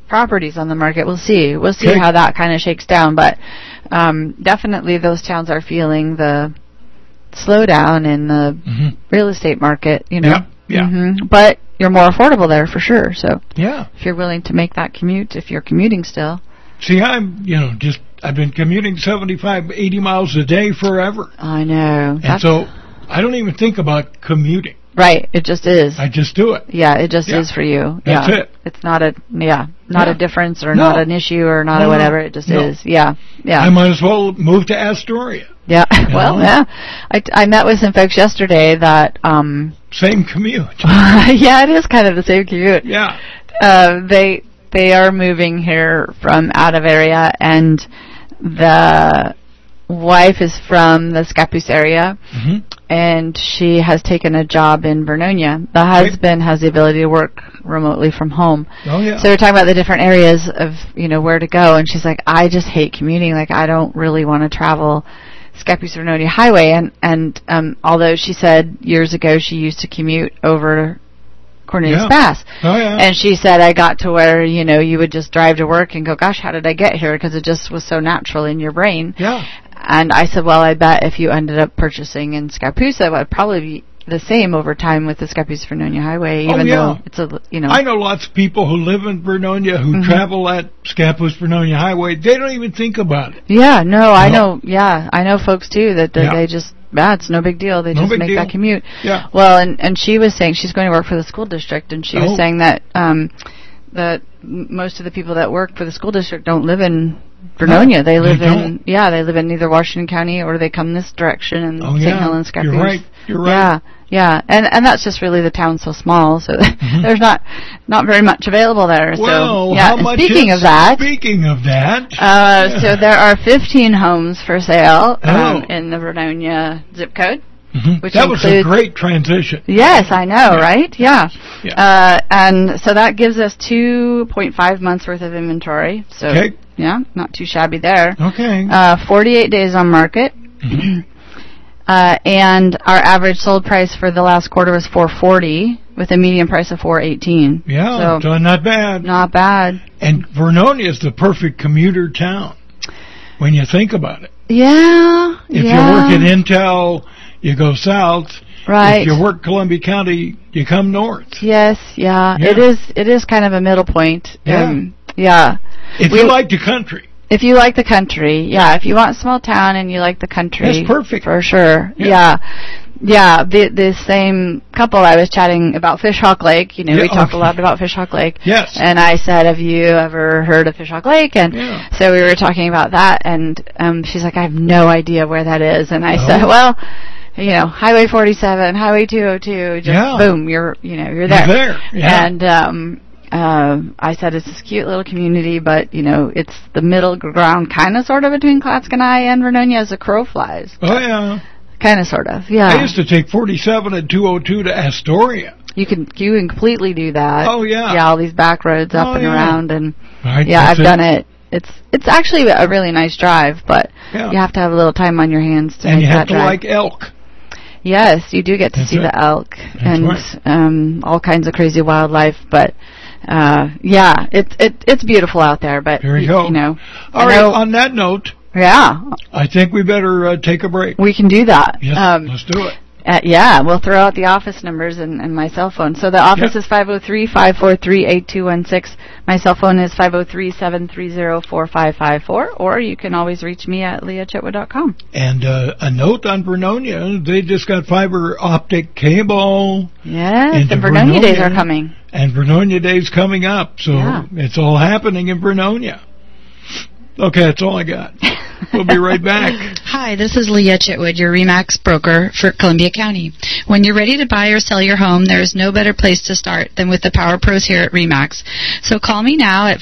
S3: properties on the market. We'll see. We'll see
S1: Okay.
S3: how that kind of shakes down. But um, definitely, those towns are feeling the slowdown in the
S1: Mhm.
S3: real estate market. You know.
S1: Yeah, yeah.
S3: hmm But you're more affordable there for sure. So
S1: Yeah.
S3: if you're willing to make that commute, if you're commuting still,
S1: See, I'm, you know, just, I've been commuting 75, 80 miles a day forever.
S3: I know.
S1: And so I don't even think about commuting.
S3: right. It just is.
S1: I just do it.
S3: yeah, it just
S1: Yeah.
S3: is for you.
S1: That's
S3: yeah.
S1: it.
S3: It's not a yeah, not
S1: Yeah.
S3: a difference or
S1: No.
S3: not an issue or not
S1: No,
S3: a
S1: no.
S3: whatever. It just
S1: No.
S3: is. Yeah. Yeah.
S1: I might as well move to Astoria.
S3: Yeah. well,
S1: know?
S3: yeah. I, I met with some folks yesterday that, um,
S1: Same commute.
S3: yeah, it is kind of the same commute.
S1: yeah.
S3: Uh, they they are moving here from out of area, and the wife is from the Scappoose area,
S1: hmm
S3: and she has taken a job in Vernonia. The husband has the ability to work remotely from home.
S1: Oh, yeah.
S3: So we're talking about the different areas of you know where to go, and she's like, I just hate commuting. Like I don't really want to travel Scappoose Vernonia Highway. And and um, although she said years ago she used to commute over Cornelius
S1: Yeah.
S3: Pass,
S1: oh, yeah.
S3: and she said I got to where you know you would just drive to work and go, gosh, how did I get here? Because it just was so natural in your brain.
S1: yeah.
S3: And I said, well, I bet if you ended up purchasing in Scappoose, it would probably be the same over time with the Scappoose Vernonia Highway,
S1: Oh,
S3: even
S1: yeah.
S3: though it's a l- you know.
S1: I know lots of people who live in Vernonia
S3: Mm-hmm.
S1: who travel that Scappoose Vernonia Highway. They don't even think about it.
S3: Yeah, no, I
S1: No.
S3: know. Yeah, I know folks too that that
S1: Yeah.
S3: they just that's no big deal. They
S1: No
S3: just
S1: big
S3: make
S1: deal.
S3: that commute.
S1: Yeah.
S3: Well, and and she was saying she's going to work for the school district, and she
S1: Oh.
S3: was saying that um that m- most of the people that work for the school district don't live in Vernonia.
S1: No,
S3: they live
S1: they
S3: in
S1: don't.
S3: yeah, they live in either Washington County or they come this direction and
S1: Oh,
S3: St.
S1: yeah.
S3: Mm-hmm. Helens.
S1: You're
S3: Scappoose.
S1: right. You're right.
S3: Yeah. Yeah, and and that's just really the town's so small, so there's not not very much available there.
S1: Mm-hmm. Well,
S3: so yeah.
S1: how
S3: and
S1: much
S3: speaking
S1: is-
S3: of that,
S1: Speaking of that.
S3: uh, so there are 15 homes for sale um,
S1: Oh.
S3: in the Vernonia zip code.
S1: Mhm.
S3: which
S1: that was a
S3: includes-
S1: great transition.
S3: Yes, I know, right? Yeah.
S1: Yeah.
S3: Uh, and so that gives us 2.5 months worth of inventory. So
S1: Okay.
S3: yeah, not too shabby there.
S1: Okay.
S3: Uh, 48 days on market. Mm-hmm. Uh, and our average sold price for the last quarter was 440 with a median price of 418.
S1: yeah,
S3: so-
S1: so not bad.
S3: Not bad.
S1: And Vernonia is the perfect commuter town when you think about it.
S3: Yeah.
S1: If
S3: yeah,
S1: you work at Intel, you go south.
S3: right.
S1: If you work Columbia County, you come north.
S3: Yes, yeah. It
S1: Yeah.
S3: is it is kind of a middle point. Um,
S1: Yeah.
S3: yeah.
S1: If
S3: We-
S1: you like the country,
S3: If you like the country, yeah. If you want small town and you like the country,
S1: That's perfect.
S3: for sure.
S1: Yeah.
S3: Yeah, yeah. The the same couple I was chatting about Fishhawk Lake. You know,
S1: Yeah,
S3: we talk
S1: okay.
S3: a lot about Fishhawk Lake.
S1: Yes.
S3: And I said, "Have you ever heard of Fishhawk Lake?" And
S1: Yeah.
S3: so we were talking about that, and um, she's like, "I have no idea where that is." And I
S1: Oh.
S3: said, "Well." You know, Highway 47, Highway 202, just
S1: Yeah.
S3: boom, you're you know you're
S1: you're
S3: there.
S1: there. Yeah.
S3: And um, um I said it's this cute little community, but you know it's the middle ground, kind of sort of between Klatskanai and Vernonia as a crow flies,
S1: oh yeah.
S3: kind of sort of. Yeah,
S1: I used to take 47 and 202 to Astoria.
S3: you can you can completely do that.
S1: Oh, yeah.
S3: Uh, yeah, all these back roads up
S1: Oh,
S3: and
S1: yeah.
S3: around, and
S1: Right?
S3: yeah,
S1: That's
S3: I've done it. It's it's actually a really nice drive, but
S1: Yeah.
S3: you have to have a little time on your hands to
S1: And
S3: make
S1: you have
S3: that
S1: to
S3: drive.
S1: like elk.
S3: Yes, you do get to
S1: That's
S3: see
S1: right.
S3: the elk and
S1: right.
S3: um, all kinds of crazy wildlife, but uh, yeah, it's it, it's beautiful out there. But
S1: There you
S3: y-
S1: go.
S3: You know,
S1: All
S3: I
S1: right.
S3: know-
S1: On that note,
S3: yeah,
S1: I think we better uh, take a break.
S3: we can do that.
S1: Yes,
S3: um,
S1: let's do it.
S3: uh, yeah, we'll throw out the office numbers and, and my cell phone. So the office
S1: Yeah.
S3: is five zero three five four three eight two one six. My cell phone is five zero three seven three zero four five five four. or you can always reach me at leahchitwood.com.
S1: And uh, a note on Vernonia, they just got fiber optic cable,
S3: Yes,
S1: And
S3: the
S1: the
S3: Vernonia days are
S1: Vernonia-
S3: coming.
S1: and Vernonia Day's coming up, so
S3: Yeah.
S1: it's all happening in Vernonia. Okay, that's all I got. We'll be right back.
S4: Hi, this is Leah Chitwood, your REMAX broker for Columbia County. When you're ready to buy or sell your home, there is no better place to start than with the Power Pros here at REMAX. So call me now at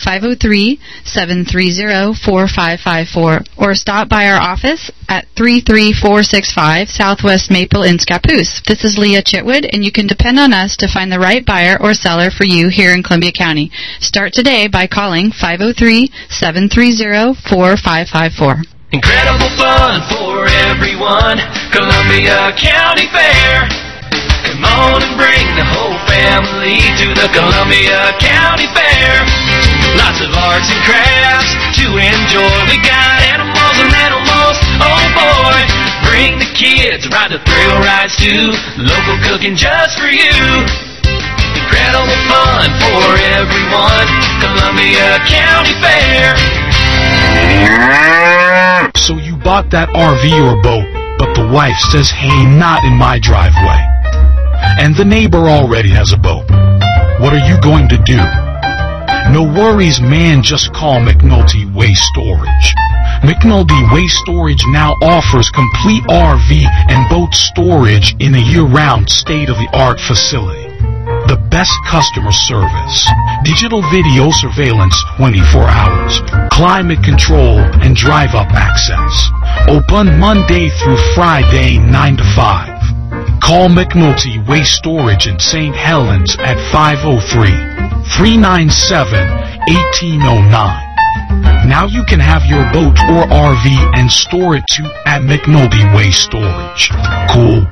S4: 503-730-4554 or stop by our office at 33465 Southwest Maple in Scappoose. This is Leah Chitwood, and you can depend on us to find the right buyer or seller for you here in Columbia County. Start today by calling 503-730-4554.
S2: Incredible fun for everyone. Columbia County Fair. Come on and bring the whole family to the Columbia County Fair. Lots of arts and crafts to enjoy. We got animals and animals, oh boy. Bring the kids, ride the thrill rides too. Local cooking just for you. Incredible fun for everyone. Columbia County Fair.
S5: So you bought that RV or boat, but the wife says, hey, not in my driveway. And the neighbor already has a boat. What are you going to do? No worries, man, just call McNulty Waste Storage. McNulty Waste Storage now offers complete RV and boat storage in a year-round state-of-the-art facility. The best customer service. Digital video surveillance 24 hours. Climate control and drive up access. Open Monday through Friday 9 to 5. Call McNulty Waste Storage in St. Helens at 503 397 1809. Now you can have your boat or RV and store it too at McNulty Waste Storage. Cool.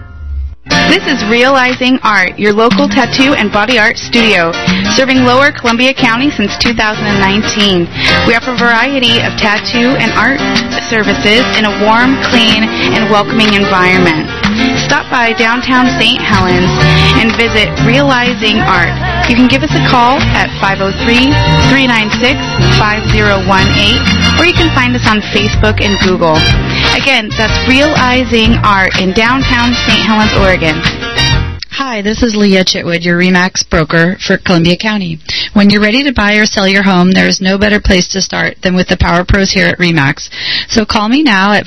S6: This is Realizing Art, your local tattoo and body art studio, serving lower Columbia County since 2019. We offer a variety of tattoo and art services in a warm, clean, and welcoming environment. Stop by downtown St. Helens and visit Realizing Art. You can give us a call at 503-396-5018 or you can find us on Facebook and Google. Again, that's Realizing Art in downtown St. Helens, Oregon.
S4: Hi, this is Leah Chitwood, your REMAX broker for Columbia County. When you're ready to buy or sell your home, there is no better place to start than with the Power Pros here at REMAX. So call me now at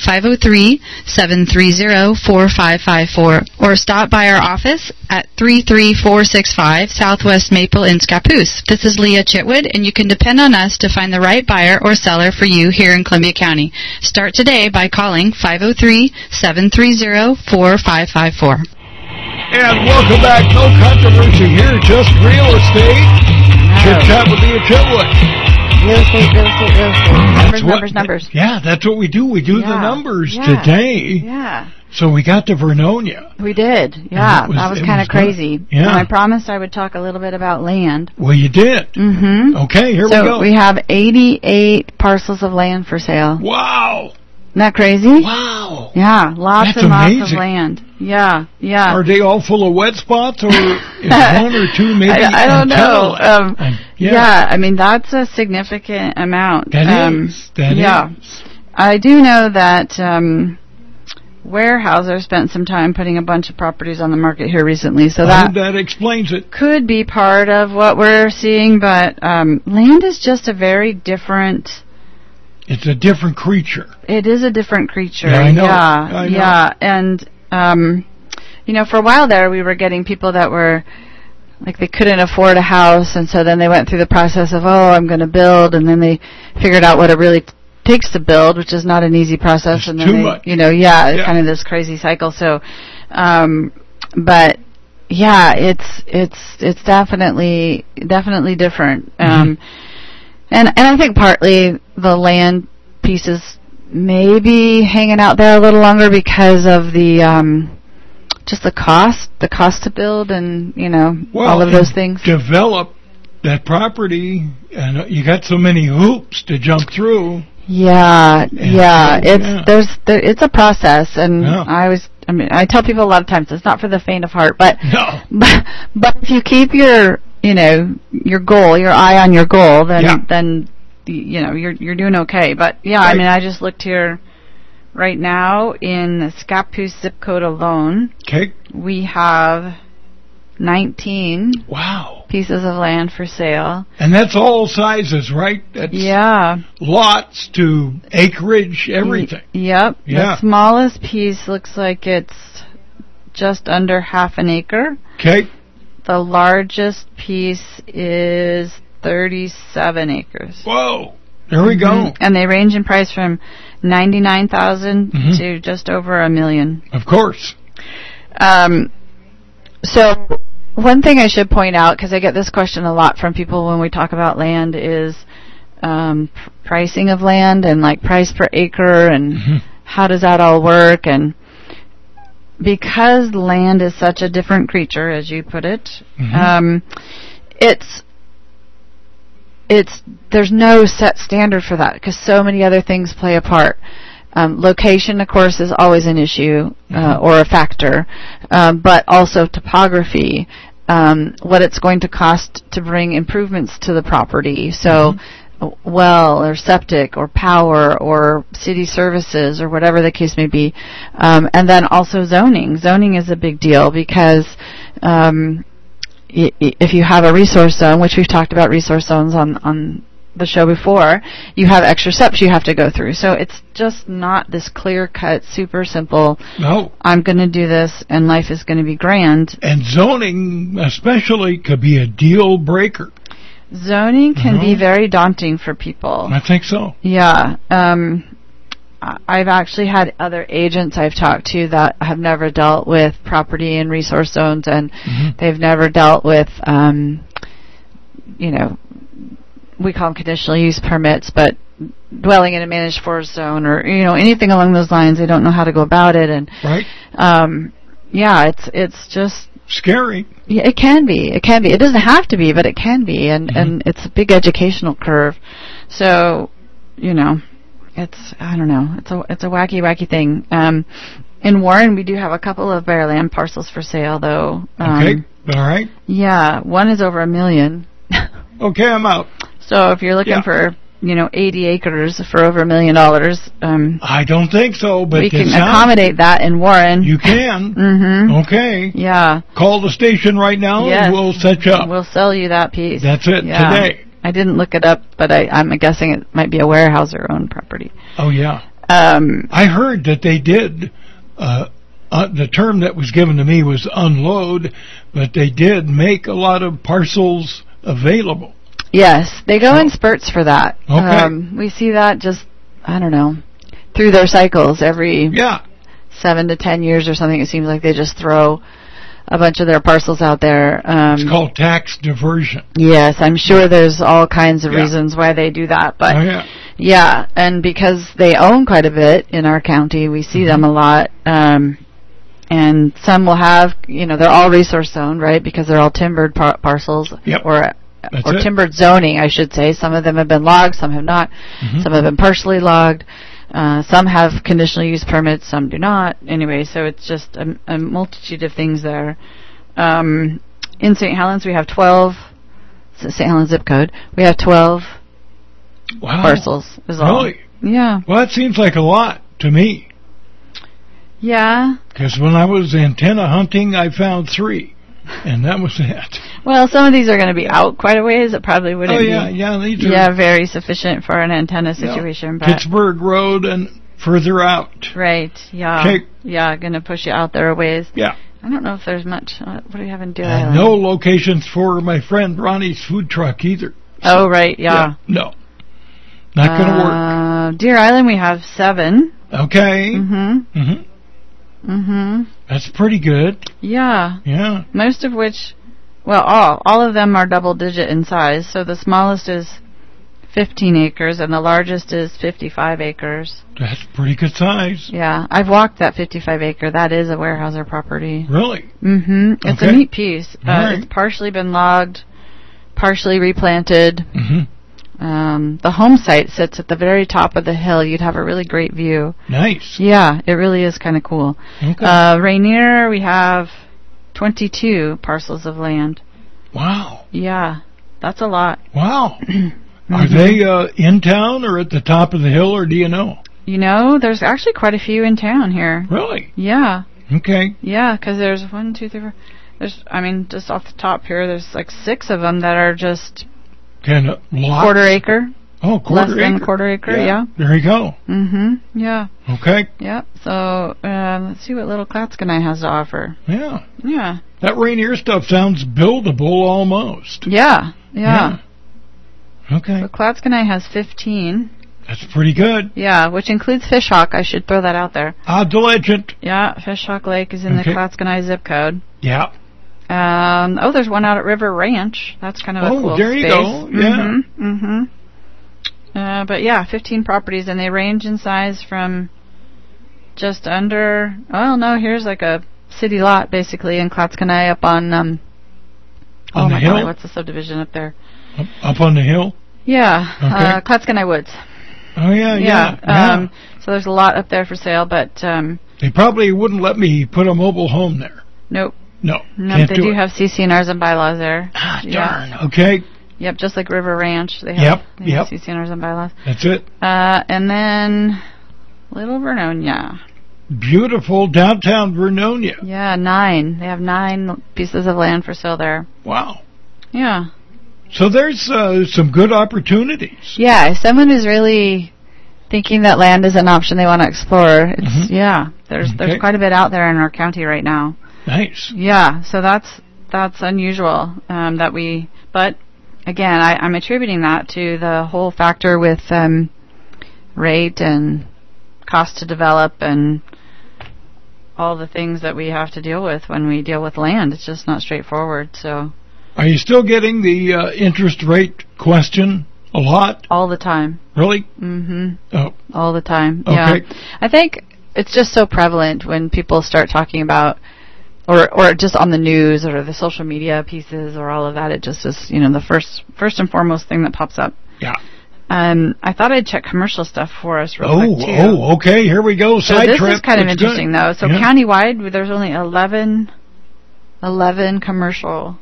S4: 503-730-4554 or stop by our office at 33465 Southwest Maple in Scappoose. This is Leah Chitwood, and you can depend on us to find the right buyer or seller for you here in Columbia County. Start today by calling 503-730-4554.
S1: And welcome back. No controversy here, just real estate. Chit chat with Leah Chitwood.
S3: Real estate, real estate, real estate. Numbers,
S1: What-
S3: numbers, numbers.
S1: Yeah, that's what we do. We do the
S3: Yeah,
S1: numbers
S3: yeah,
S1: today.
S3: Yeah,
S1: So we got to Vernonia.
S3: we did. Yeah,
S1: it was-
S3: that was
S1: it
S3: kind
S1: was
S3: of
S1: good.
S3: crazy.
S1: Yeah.
S3: And I promised I would talk a little bit about land.
S1: Well, you did.
S3: Mm-hmm.
S1: Okay, here Oh, we
S3: So
S1: go.
S3: we have 88 parcels of land for sale.
S1: wow.
S3: Isn't that crazy?
S1: Wow.
S3: Yeah, lots
S1: That's
S3: and lots
S1: amazing.
S3: of land. Yeah, yeah.
S1: Are they all full of wet spots, or is one or two maybe?
S3: I, I don't know.
S1: until-
S3: Um,
S1: Um,
S3: yeah. I mean that's a significant amount.
S1: That
S3: um,
S1: is- that
S3: yeah.
S1: is.
S3: I do know that um, Weyerhaeuser spent some time putting a bunch of properties on the market here recently, so
S1: Oh,
S3: that
S1: that explains it.
S3: could be part of what we're seeing. But um, land is just a very different.
S1: It's a different creature.
S3: It is a different creature.
S1: Yeah, I know.
S3: Yeah,
S1: I know.
S3: yeah. and um, you know, for a while there, we were getting people that were like they couldn't afford a house, and so then they went through the process of oh, I'm going to build, and then they figured out what it really t- takes to build, which is not an easy process,
S1: It's
S3: and then
S1: too
S3: they,
S1: much.
S3: you know, yeah, it's
S1: Yeah.
S3: kind of this crazy cycle. So, um, but yeah, it's it's it's definitely definitely different.
S1: Mm-hmm.
S3: Um, and and I think partly the land pieces maybe hanging out there a little longer because of the um, just the cost, the cost to build, and you know
S1: Well,
S3: all of those
S1: and
S3: things.
S1: Develop that property, and uh, you got so many hoops to jump through.
S3: Yeah, yeah.
S1: so,
S3: It's
S1: yeah.
S3: there's there, it's a process, and
S1: Yeah.
S3: I always I mean I tell people a lot of times it's not for the faint of heart, but
S1: No.
S3: but, but if you keep your you know your goal, your eye on your goal, then
S1: Yeah.
S3: then y- you know you're you're doing okay. But yeah, I
S1: Right.
S3: mean I just looked here right now in the Scappoose zip code alone,
S1: Okay.
S3: we have 19
S1: Wow.
S3: pieces of land for sale.
S1: And that's all sizes, right? That's
S3: Yeah.
S1: Lots to acreage, everything.
S3: Y- Yep.
S1: Yeah.
S3: The smallest piece looks like it's just under half an acre.
S1: Okay.
S3: The largest piece is 37 acres.
S1: Whoa. There we go.
S3: Mhm. And they range in price from 99,000
S1: Mhm.
S3: to just over a million.
S1: Of course.
S3: Um, so one thing I should point out, because I get this question a lot from people when we talk about land, is um, pr- pricing of land and like price per acre and
S1: Mm-hmm.
S3: how does that all work and because land is such
S1: Mm-hmm.
S3: a Uh, different creature, as you put it, um, it's it's there's no set standard for that because so many other things play a part. Um, location, of course, is always an issue uh, or a factor, um, but also topography, um, what it's going to cost to bring improvements to the property. So, w- well or septic or power or city services or whatever the case may be, um, and then also zoning. Zoning is a big deal because. Um, y- y- if you have a resource zone, which we've talked about resource zones on on the show before, you have extra steps you have to go through. So it's just not this clear cut, super simple.
S1: No.
S3: I'm going to do this, and life is going to be grand.
S1: And zoning, especially, could be a deal breaker.
S3: Zoning can be
S1: Mhm.
S3: very daunting for people.
S1: I think so.
S3: Yeah. Um, I- I've actually had other agents I've talked to that have never dealt with property and resource zones, and
S1: Mm-hmm.
S3: they've never dealt with, um, you know, we call them conditional use permits, but dwelling in a managed forest zone or you know anything along those lines. They don't know how to go about it, and
S1: Right?
S3: um, yeah, it's it's just
S1: Scary.
S3: yeah, it can be. It can be. It doesn't have to be, but it can be, and and it's a big educational curve. So, you know, it's I don't know. It's a it's a wacky wacky thing. Um, in Warren, we do have a couple of bare land parcels for sale, though. Um,
S1: Okay. All right.
S3: Yeah, one is over a million.
S1: Okay, I'm out.
S3: So if you're looking
S1: Yeah.
S3: for you know 80 acres for over a million dollars, um,
S1: I don't think so, but
S3: we
S1: it
S3: can
S1: sounds-
S3: accommodate that in Warren.
S1: You Oh. can.
S3: mm-hmm.
S1: okay.
S3: Yeah.
S1: Call the station right now
S3: Yes.
S1: and we'll set you up.
S3: We'll sell you that piece.
S1: Oh. That's it
S3: Yeah.
S1: today.
S3: I didn't look it up, but I, I'm guessing it might be a warehouser owned property.
S1: Oh, yeah.
S3: Um,
S1: I heard that they did. Uh, uh, the term that was given to me was unload, but they did make a lot of parcels available.
S3: yes, they go in spurts for that.
S1: Oh. Okay.
S3: Um, we see that just, I don't know, through their cycles every
S1: Yeah,
S3: seven to ten years or something. It seems like they just throw a bunch of their parcels out there. Um,
S1: it's called tax diversion.
S3: yes, I'm sure there's all kinds of
S1: Yeah.
S3: reasons why they do that, but
S1: Oh, yeah.
S3: Yeah, and because they own quite a bit in our county, we see them
S1: Mm-hmm.
S3: a lot. Um, and some will have, you know, they're all resource zoned, right? Because they're all timbered par- parcels
S1: Yep.
S3: or
S1: That's
S3: or
S1: it.
S3: timbered zoning, I should say. Some of them have been logged, some have not.
S1: Mm-hmm.
S3: Some have been partially logged. Uh, some have conditional use permits, some do not. Anyway, so it's just a, a multitude of things there. Um, in St. Helens, we have 12. it's a St. Helens zip code. We have 12
S1: Wow.
S3: parcels. Is all.
S1: Oh. Really?
S3: Yeah.
S1: Well, that seems like a lot to me.
S3: Yeah.
S1: Because when I was antenna hunting, I found three, and that was it.
S3: Well, some of these are going to be out quite a ways. It probably wouldn't
S1: oh yeah,
S3: be.
S1: yeah, these are
S3: Yeah, very sufficient for an antenna
S1: you know,
S3: situation, but
S1: Pittsburgh Road and further out.
S3: right, yeah,
S1: Okay.
S3: yeah, gonna push you out there a ways.
S1: Yeah,
S3: I don't know if there's much. Uh, what do we have in Deer
S1: and
S3: Island?
S1: no locations for my friend Ronnie's food truck either.
S3: Oh, right, yeah.
S1: No, not gonna
S3: Uh, Deer Island, we have seven.
S1: work. Okay,
S3: Uh, Mm-hmm.
S1: Mhm.
S3: Mm-hmm.
S1: that's pretty good.
S3: Yeah,
S1: Yeah,
S3: most of which, well, all all of them are double digit in size. So the smallest is 15 acres, and the largest is 55 acres.
S1: that's pretty good size.
S3: Yeah, I've walked that 55 acre. That is a Warehouser property.
S1: Really?
S3: hmm It's
S1: Okay.
S3: a neat piece. Uh,
S1: All right.
S3: It's partially been logged, partially replanted.
S1: hmm
S3: Um, the home site sits at the very top of the hill. You'd have a really great view.
S1: Nice.
S3: Yeah, it really is kind of cool.
S1: Okay.
S3: Uh, Rainier, we have 22 parcels of land.
S1: wow.
S3: Yeah, that's a lot.
S1: Wow.
S3: Mm-hmm.
S1: Are they uh, in town or at the top of the hill, or do you know?
S3: You know, there's actually quite a few in town here.
S1: Really?
S3: Yeah.
S1: Okay.
S3: Yeah, because there's one, two, three, four. There's, I mean, just off the top here, there's like six of them that are just
S1: Can a lot
S3: quarter acre,
S1: Oh, quarter
S3: less than
S1: acre.
S3: quarter acre. Yeah.
S1: There you go.
S3: Mm-hmm. Yeah.
S1: Okay.
S3: Yeah. So um, let's see what Little Klatskanai has to offer.
S1: Yeah.
S3: Yeah.
S1: That Rainier stuff sounds buildable almost.
S3: Yeah. Yeah.
S1: Yeah. Okay.
S3: So Klatskanai has 15.
S1: That's pretty good.
S3: Yeah, which includes Fishhawk. I should throw that out there.
S1: Odds of legend.
S3: Yeah, Fishhawk Lake is in
S1: Okay.
S3: the Klatskanai zip code.
S1: Yeah.
S3: Um, oh, there's one out at River Ranch. That's kind of
S1: Oh,
S3: a cool
S1: there you
S3: space.
S1: go. Yeah.
S3: hmm hmm Uh, but yeah, 15 properties, and they range in size from just under. Oh no, here's like a city lot basically in Klatskanai up on. Um,
S1: On the
S3: oh my
S1: hill?
S3: God, what's the subdivision up there?
S1: Up, up on the hill.
S3: Yeah, uh,
S1: Okay.
S3: Clatskanie Woods.
S1: Oh yeah,
S3: Yeah.
S1: yeah, yeah.
S3: Um, so there's a lot up there for sale, but um,
S1: they probably wouldn't let me put a mobile home there.
S3: nope.
S1: No,
S3: No,
S1: can't
S3: they
S1: do,
S3: do
S1: it.
S3: have CCNRs and bylaws there.
S1: ah,
S3: yeah.
S1: darn. Okay,
S3: Yep, just like River Ranch, they have,
S1: Yep,
S3: they have
S1: yep.
S3: CCNRs and bylaws.
S1: that's it.
S3: Uh, and then Little Vernonia.
S1: Beautiful downtown Vernonia.
S3: Yeah, nine. They have nine pieces of land for sale there.
S1: Wow.
S3: Yeah.
S1: So there's uh, some good opportunities.
S3: Yeah, if someone is really thinking that land is an option they want to explore, it's yeah. There's
S1: Mm-hmm. Okay.
S3: there's quite a bit out there in our county right now.
S1: Nice.
S3: Yeah, so that's that's unusual um, that we. But again, I, I'm attributing that to the whole factor with um, rate and cost to develop and all the things that we have to deal with when we deal with land. It's just not straightforward. So
S1: Are you still getting the uh, interest rate question a lot?
S3: all the time.
S1: Really?
S3: hmm
S1: Oh,
S3: All the time.
S1: Okay.
S3: Yeah. I think it's just so prevalent when people start talking about or or just on the news or the social media pieces or all of that. It just is, you know, the first first and foremost thing that pops up.
S1: yeah.
S3: Um I thought I'd check commercial stuff for us real
S1: Oh,
S3: quick too.
S1: oh, okay. Here we go.
S3: So
S1: Side
S3: this
S1: trip.
S3: is kind of
S1: It's
S3: interesting
S1: good.
S3: though. So
S1: Yeah.
S3: countywide there's only 11 11 commercial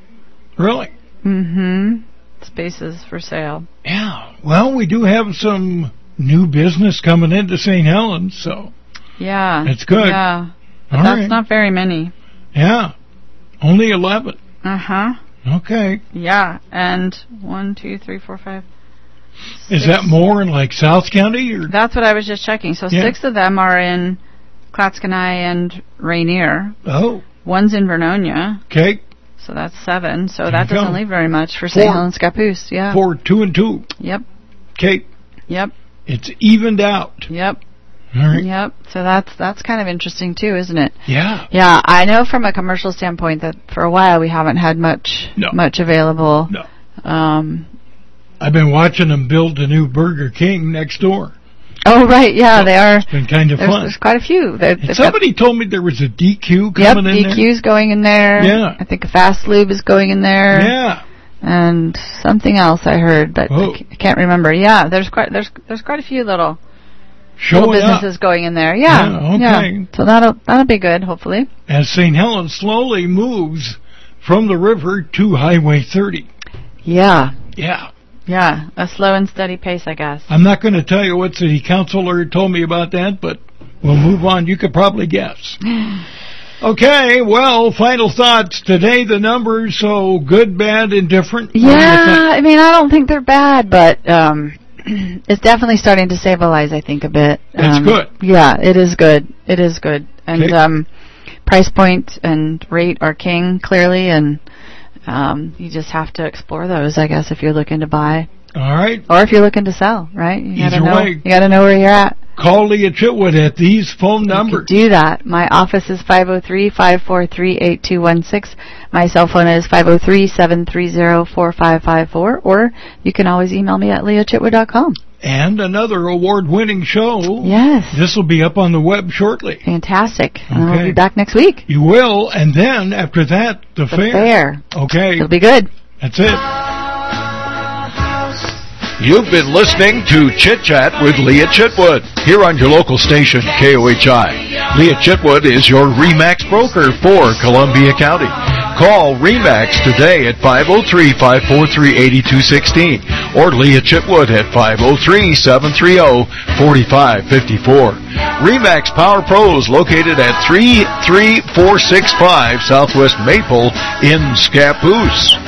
S1: Really?
S3: mhm spaces for sale.
S1: Yeah. Well, we do have some new business coming into St. Helens, so all
S3: Yeah.
S1: That's good.
S3: Yeah.
S1: right.
S3: That's not very many.
S1: yeah. Only eleven.
S3: Uh-huh.
S1: Okay.
S3: Yeah, and one, two, three, four, five.
S1: Is
S3: six.
S1: that more in like South County or?
S3: That's what I was just checking. So
S1: Yeah.
S3: six of them are in Klatskanai and Rainier.
S1: Oh,
S3: One's in Vernonia,
S1: okay.
S3: so that's seven. So
S1: There
S3: that
S1: you
S3: doesn't
S1: go.
S3: leave very much for St.
S1: Four.
S3: Helens Capoose. Yeah.
S1: Four, two and two.
S3: Yep.
S1: Okay.
S3: Yep.
S1: It's evened out.
S3: Yep.
S1: All right.
S3: Yep. So that's that's kind of interesting too, isn't it?
S1: Yeah.
S3: Yeah, I know from a commercial standpoint that for a while we haven't had much
S1: No.
S3: much available.
S1: No.
S3: Um,
S1: I've been watching them build the new Burger King next door.
S3: oh right, yeah, they are.
S1: It's been kind of
S3: There's,
S1: fun.
S3: there's quite a few. They're,
S1: And
S3: they've got
S1: somebody told me there was a DQ
S3: Yep,
S1: coming in
S3: DQ's going in there.
S1: Yeah.
S3: I think Fast Lube is going in there.
S1: there. Yeah. Oh.
S3: And something else I heard, but
S1: Whoa.
S3: I c- I can't remember. Yeah, there's quite there's there's quite a few little little
S1: Showing up
S3: businesses going in there. Yeah.
S1: Yeah, okay.
S3: So that'll that'll be good, hopefully.
S1: as St. Helens slowly moves from the river to Highway 30.
S3: Yeah.
S1: Yeah.
S3: Yeah. A slow and steady pace, I guess.
S1: I'm not going to tell you what city councilor told me about that, but we'll move on. You could probably guess. Okay, well, final thoughts. Today the numbers, so good, bad, indifferent. What do you
S3: yeah. I mean, I don't think they're bad, but um, it's definitely starting to stabilize. I think a bit.
S1: That's
S3: Um,
S1: good.
S3: Yeah, it is good. It is good. And
S1: Okay.
S3: um, price point and rate are king clearly, and um, you just have to explore those, I guess, if you're looking to buy
S1: think? All right.
S3: or if you're looking to sell. Right? You gotta
S1: Either
S3: know.
S1: way.
S3: You got to know where you're at.
S1: Call Leah Chitwood at these phone
S3: You
S1: numbers.
S3: could do that. My office is 503-543-8216. My cell phone is 503-730-4554. Or you can always email me at leochitwood.com.
S1: And another award-winning show.
S3: Yes.
S1: This will be up on the web shortly.
S3: Fantastic. And we'll
S1: Okay.
S3: be back next week.
S1: You will, and then after that, the,
S3: The fair.
S1: Okay,
S3: It'll be good.
S1: that's it.
S7: You've been listening to Chit Chat with Leah Chitwood here on your local station, KOHI. Leah Chitwood is your REMAX broker for Columbia County. Call REMAX today at 503-543-8216 or Leah Chitwood at 503-730-4554. REMAX Power Pros located at 33465 Southwest Maple in Scappoose.